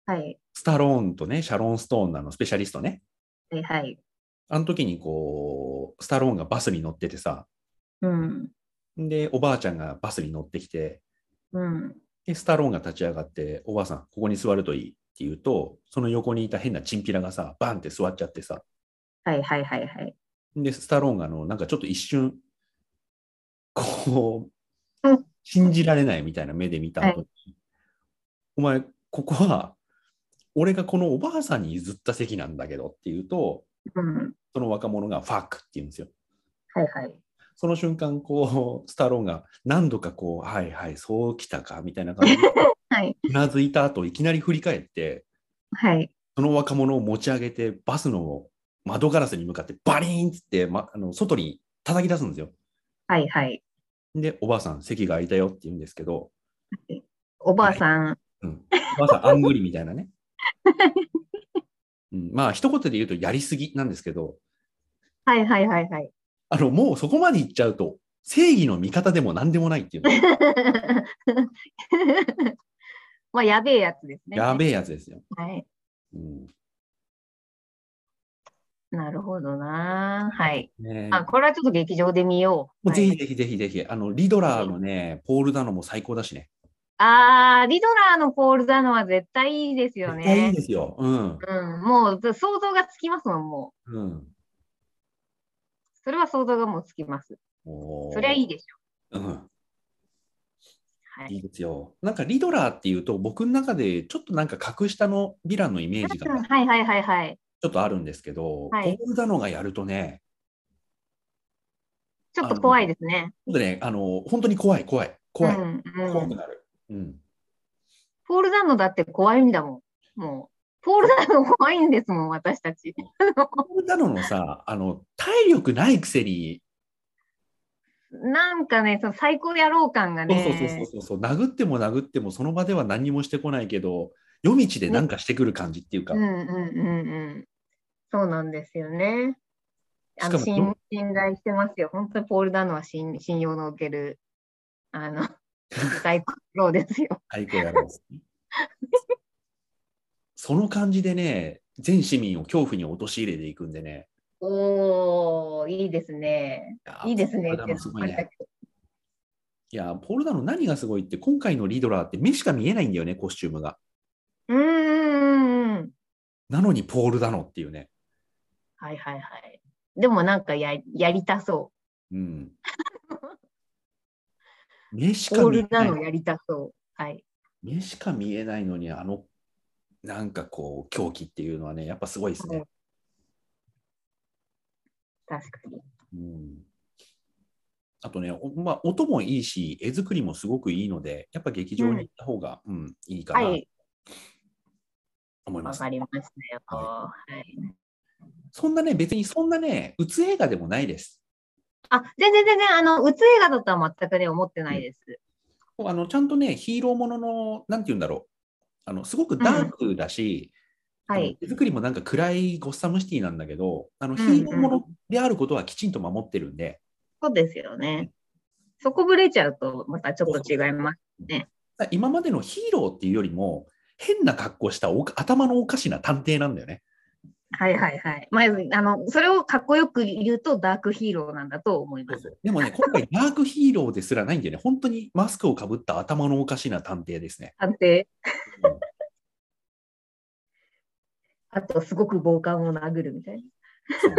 Speaker 2: はい。
Speaker 1: スタローンとねシャロン・ストーンなのスペシャリストね
Speaker 2: はい。はい。
Speaker 1: あの時にこうスタローンがバスに乗っててさ
Speaker 2: うん。
Speaker 1: でおばあちゃんがバスに乗ってきて
Speaker 2: うん。
Speaker 1: で、スタローンが立ち上がって、おばあさん、ここに座るといいって言うと、その横にいた変なチンピラがさ、バンって座っちゃってさ、
Speaker 2: はい。はい。はい。はい。
Speaker 1: で、スタローンがあの、なんかちょっと一瞬、こ
Speaker 2: う、
Speaker 1: うん信じられないみたいな目で見た後に、お前、ここは、俺がこのおばあさんに譲った席なんだけどって言うと、
Speaker 2: うん。
Speaker 1: その若者がファックって言うんですよ。
Speaker 2: はい。はい。
Speaker 1: その瞬間、こう、スタローンが何度かこう、はいはい、そうきたか、みたいな感じで、
Speaker 2: はい。
Speaker 1: うなずいた後、いきなり振り返って、
Speaker 2: はい。
Speaker 1: その若者を持ち上げて、バスの窓ガラスに向かって、バリーンっつって、ま、あの外に叩き出すんですよ。
Speaker 2: はい。はい。
Speaker 1: で、おばあさん、席が空いたよって言うんですけど、
Speaker 2: おばあさん。
Speaker 1: うん、おばあさん、あんぐりみたい
Speaker 2: *laughs*
Speaker 1: なね。うん、まあ、一言で言うと、やりすぎなんですけど、
Speaker 2: はい。はい。はい。はい。 *laughs*
Speaker 1: あのもうそこまで行っちゃうと、正義の味方でも何でもないっていう
Speaker 2: *laughs*
Speaker 1: ね、
Speaker 2: まあ、やべえやつですね。
Speaker 1: やべえやつですよ。
Speaker 2: はい。
Speaker 1: うん
Speaker 2: なるほどな。はい。
Speaker 1: ね
Speaker 2: あ、これはちょっと劇場で見よう。
Speaker 1: もうぜひ
Speaker 2: はい
Speaker 1: ぜひぜひぜひ、あのリドラーのね、ポールダノも最高だしね。
Speaker 2: あー、リドラーのポールダノは絶対いいですよ
Speaker 1: 絶対いい
Speaker 2: ね。
Speaker 1: ですよ。うん。
Speaker 2: うん、もう想像がつきますもん、もう。
Speaker 1: うん、
Speaker 2: それは想像がもうつきます。
Speaker 1: おー
Speaker 2: そりゃいいでし
Speaker 1: うん。
Speaker 2: ょ。はい
Speaker 1: い
Speaker 2: い。
Speaker 1: ですよ。なんかリドラーっていうと、僕の中でちょっとなんか格下のヴィランのイメージが
Speaker 2: うん
Speaker 1: ち
Speaker 2: はいはいはいはい。
Speaker 1: ょっとあるんですけど、
Speaker 2: はい
Speaker 1: ポールダノがやるとね、
Speaker 2: ちょっと怖いですね。
Speaker 1: 本当ね、あの本当に怖い、怖い、怖い、
Speaker 2: うんう
Speaker 1: 怖く
Speaker 2: ん、
Speaker 1: なる。うん、
Speaker 2: ポールダノだって怖いんだもん。もう。ポールダノ怖いんですもん、私たち。
Speaker 1: ポールダノのさ、あの体力ないくせに、
Speaker 2: なんかね、その最高野郎感が
Speaker 1: そう
Speaker 2: ね。
Speaker 1: そうそうそうそう、殴っても殴っても、その場では何もしてこないけど、夜道でなんかしてくる感じっていうか、
Speaker 2: うんうんうんうん。そうなんですよね。あの
Speaker 1: しかも
Speaker 2: 信信頼してますよ。本当にポール・ダノは信信用の受ける、
Speaker 1: *laughs*
Speaker 2: あの、大苦労ですよ。
Speaker 1: 最高やろう。
Speaker 2: *laughs*
Speaker 1: その感じでね、全市民を恐怖に陥れていくんでね。
Speaker 2: おー、いいですね。
Speaker 1: やー
Speaker 2: いいですね。
Speaker 1: ポールダノすごいね。いやー、ポールダの何がすごいって、今回のリドラーって目しか見えないんだよね、コスチュームが。
Speaker 2: うんうんうんうん。
Speaker 1: なのにポールダノっていうね。
Speaker 2: はいはいはい。でもなんかややりたそ
Speaker 1: うん。
Speaker 2: *laughs*
Speaker 1: 目し
Speaker 2: う。
Speaker 1: か
Speaker 2: ポー
Speaker 1: 見え
Speaker 2: ル・ダ
Speaker 1: な
Speaker 2: ノ
Speaker 1: い。
Speaker 2: やりたそう。はい。
Speaker 1: 目しか見えないのに、あのなんかこう、狂気っていうのはね、やっぱすごいですね。
Speaker 2: 確かに。
Speaker 1: うんあとね、おまあ、音もいいし、絵作りもすごくいいので、やっぱ劇場に行った方が、うんいいかな
Speaker 2: は
Speaker 1: と
Speaker 2: い、
Speaker 1: 思いま
Speaker 2: わ
Speaker 1: す。
Speaker 2: かりましたよ。
Speaker 1: は
Speaker 2: はい。
Speaker 1: そんなね、別にそんなね、うつ映画でもないです。
Speaker 2: あ、全然全然、あの、うつ映画だとは全くね、思ってないです。
Speaker 1: あのちゃんとね、ヒーローものの、なんて言うんだろう、あのすごくダークだし、
Speaker 2: は
Speaker 1: あの
Speaker 2: い。
Speaker 1: 手作りもなんか暗いゴッサムシティなんだけど、あの
Speaker 2: ん
Speaker 1: ヒーローものであることはきちんと守ってるんで、
Speaker 2: そうですよね。そこぶれちゃうと、またちょっと違います。
Speaker 1: だから今までのヒーローっていうよりも、変な格好したおか頭のおかしな探偵なんだよね。
Speaker 2: はいはいはい。まず、あの、それをかっこよく言うと、ダークヒーローなんだと思います。
Speaker 1: でもね、今回、ダークヒーローですらないんだよね、本当にマスクをかぶった頭のおかしな探偵ですね。
Speaker 2: 探偵。 *laughs* あと、すごく暴漢を殴るみたいな。
Speaker 1: そう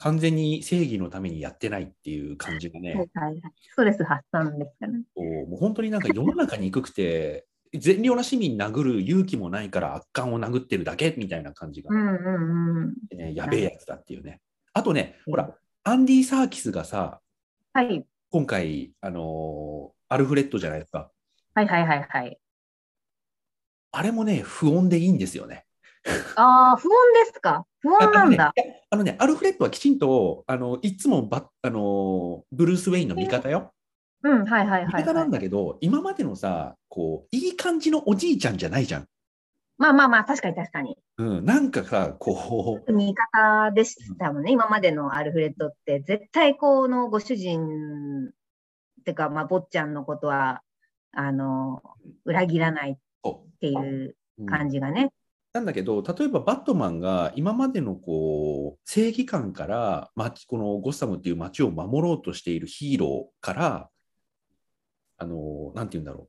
Speaker 1: 完全に正義のためにやってないっていう感じがね。
Speaker 2: はいはいはい。ストレス発散ですからね。
Speaker 1: こうもう本当になんか世の中に憎くて、善良な市民殴る勇気もないから、悪漢を殴ってるだけみたいな感じが
Speaker 2: う、んうんうん。
Speaker 1: ねやべえやつだっていうね。あとね、ほら、アンディ・サーキスがさ、
Speaker 2: はい。
Speaker 1: 今回、あのーアルフレッドじゃないですか、
Speaker 2: はいはいはいはい。
Speaker 1: あれもね、不穏でいいんですよね。
Speaker 2: ああ、不穏ですか。不穏な
Speaker 1: あ
Speaker 2: んだ。
Speaker 1: のねいやあのね、アルフレッドはきちんと、あのいつもバ、あのーブルース・ウェインの味方よ。
Speaker 2: うん、はいはいは
Speaker 1: 味
Speaker 2: い、
Speaker 1: 方
Speaker 2: は
Speaker 1: なん
Speaker 2: い。
Speaker 1: だけど、今までのさ、こう、いい感じのおじいちゃんじゃないじゃん。
Speaker 2: まあまあまあ、確かに確かに。
Speaker 1: うん、なんかさ、こう、
Speaker 2: 味方でしたもんね、今までのアルフレッドって、絶対このご主人ってか、まあ、坊ちゃんのことはあの裏切らないっ
Speaker 1: こう
Speaker 2: ていう
Speaker 1: うん
Speaker 2: 感じがね。
Speaker 1: なんだけど、例えばバットマンが今までのこう正義感から街、このゴッサムっていう街を守ろうとしているヒーローから、あのなんて言うんだろう、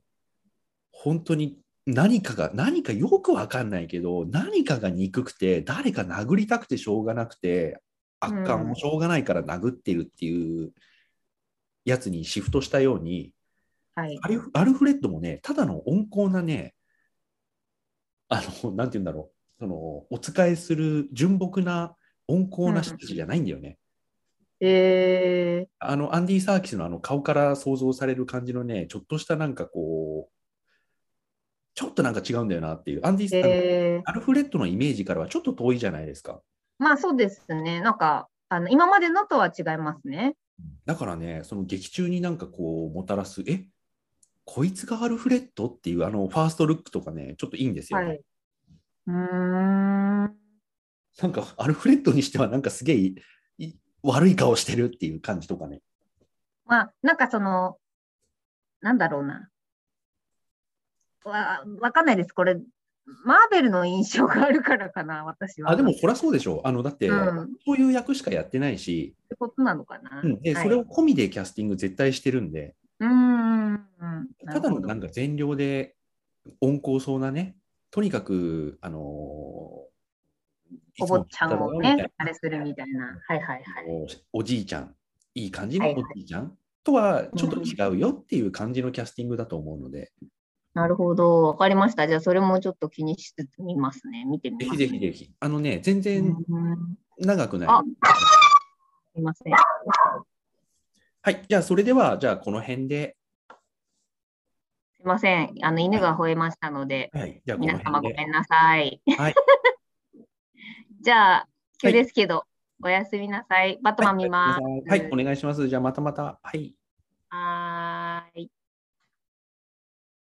Speaker 1: 本当に何かが、何かよくわかんないけど、何かが憎くて、誰か殴りたくてしょうがなくて、悪感もしょうがないから殴ってるっていうやつにシフトしたように、
Speaker 2: はい、
Speaker 1: アルアルフレッドもね、ただの温厚なね、あの、なんて言うんだろう、その、お使いする純朴な温厚な人たちじゃないんだよね。
Speaker 2: え
Speaker 1: あの、アンディ・サーキスのあの顔から想像される感じのね、ちょっとしたなんかこう、ちょっとなんか違うんだよなっていう、アンディ、
Speaker 2: ー、
Speaker 1: あの
Speaker 2: えー、
Speaker 1: アルフレッドのイメージからはちょっと遠いじゃないですか。
Speaker 2: まあそうですね、なんかあの今までのとは違いますね。
Speaker 1: だからね、その劇中になんかこう、もたらす、えこいつがアルフレッドっていう、あの、ファーストルックとかね、ちょっといいんですよ、ね。
Speaker 2: はい、うーん、
Speaker 1: なんかアルフレッドにしてはなんかすげえいい悪い顔してるっていう感じとかね。
Speaker 2: まあなんかその、なんだろうな。わわかんないです、これ、マーベルの印象があるからかな、私は。
Speaker 1: あでもそりゃそうでしょう。あのだって、
Speaker 2: うん、っ
Speaker 1: そういう役しかやってないし、
Speaker 2: てことなのかな。
Speaker 1: うんで
Speaker 2: はい
Speaker 1: それを込みでキャスティング絶対してるんで、
Speaker 2: うーんうんな
Speaker 1: た
Speaker 2: る
Speaker 1: だ
Speaker 2: ほ
Speaker 1: の
Speaker 2: ど
Speaker 1: なんか善良で温厚そうなね、とにかく、あのー
Speaker 2: お坊ちゃんを
Speaker 1: いつも言ってたよみたいな、
Speaker 2: ねあれするみたいな。はいはいはい。
Speaker 1: おおじいちゃん、いい感じの
Speaker 2: はい
Speaker 1: お
Speaker 2: は
Speaker 1: じ
Speaker 2: い
Speaker 1: いちゃん、とはちょっと違うよっていう感じのキャスティングだと思うので、
Speaker 2: なるほど、わかりました。じゃあ、それもちょっと気にしつつ見ますね。見てみ
Speaker 1: ぜひ
Speaker 2: ます、
Speaker 1: ぜひぜひ。あのね、全
Speaker 2: うん
Speaker 1: 然長くない。
Speaker 2: あすいません。
Speaker 1: はい、じゃあそれでは、じゃあこの辺で、
Speaker 2: すいません。あの、犬が吠えましたので、
Speaker 1: はい、じゃあこの
Speaker 2: 皆様
Speaker 1: 辺
Speaker 2: ご
Speaker 1: で
Speaker 2: めんなさい。
Speaker 1: はい
Speaker 2: *laughs* じゃあ、急ですけど、おやすみなさい。バットマン見ます。
Speaker 1: はい、お願いします。じゃあまたまた、はい。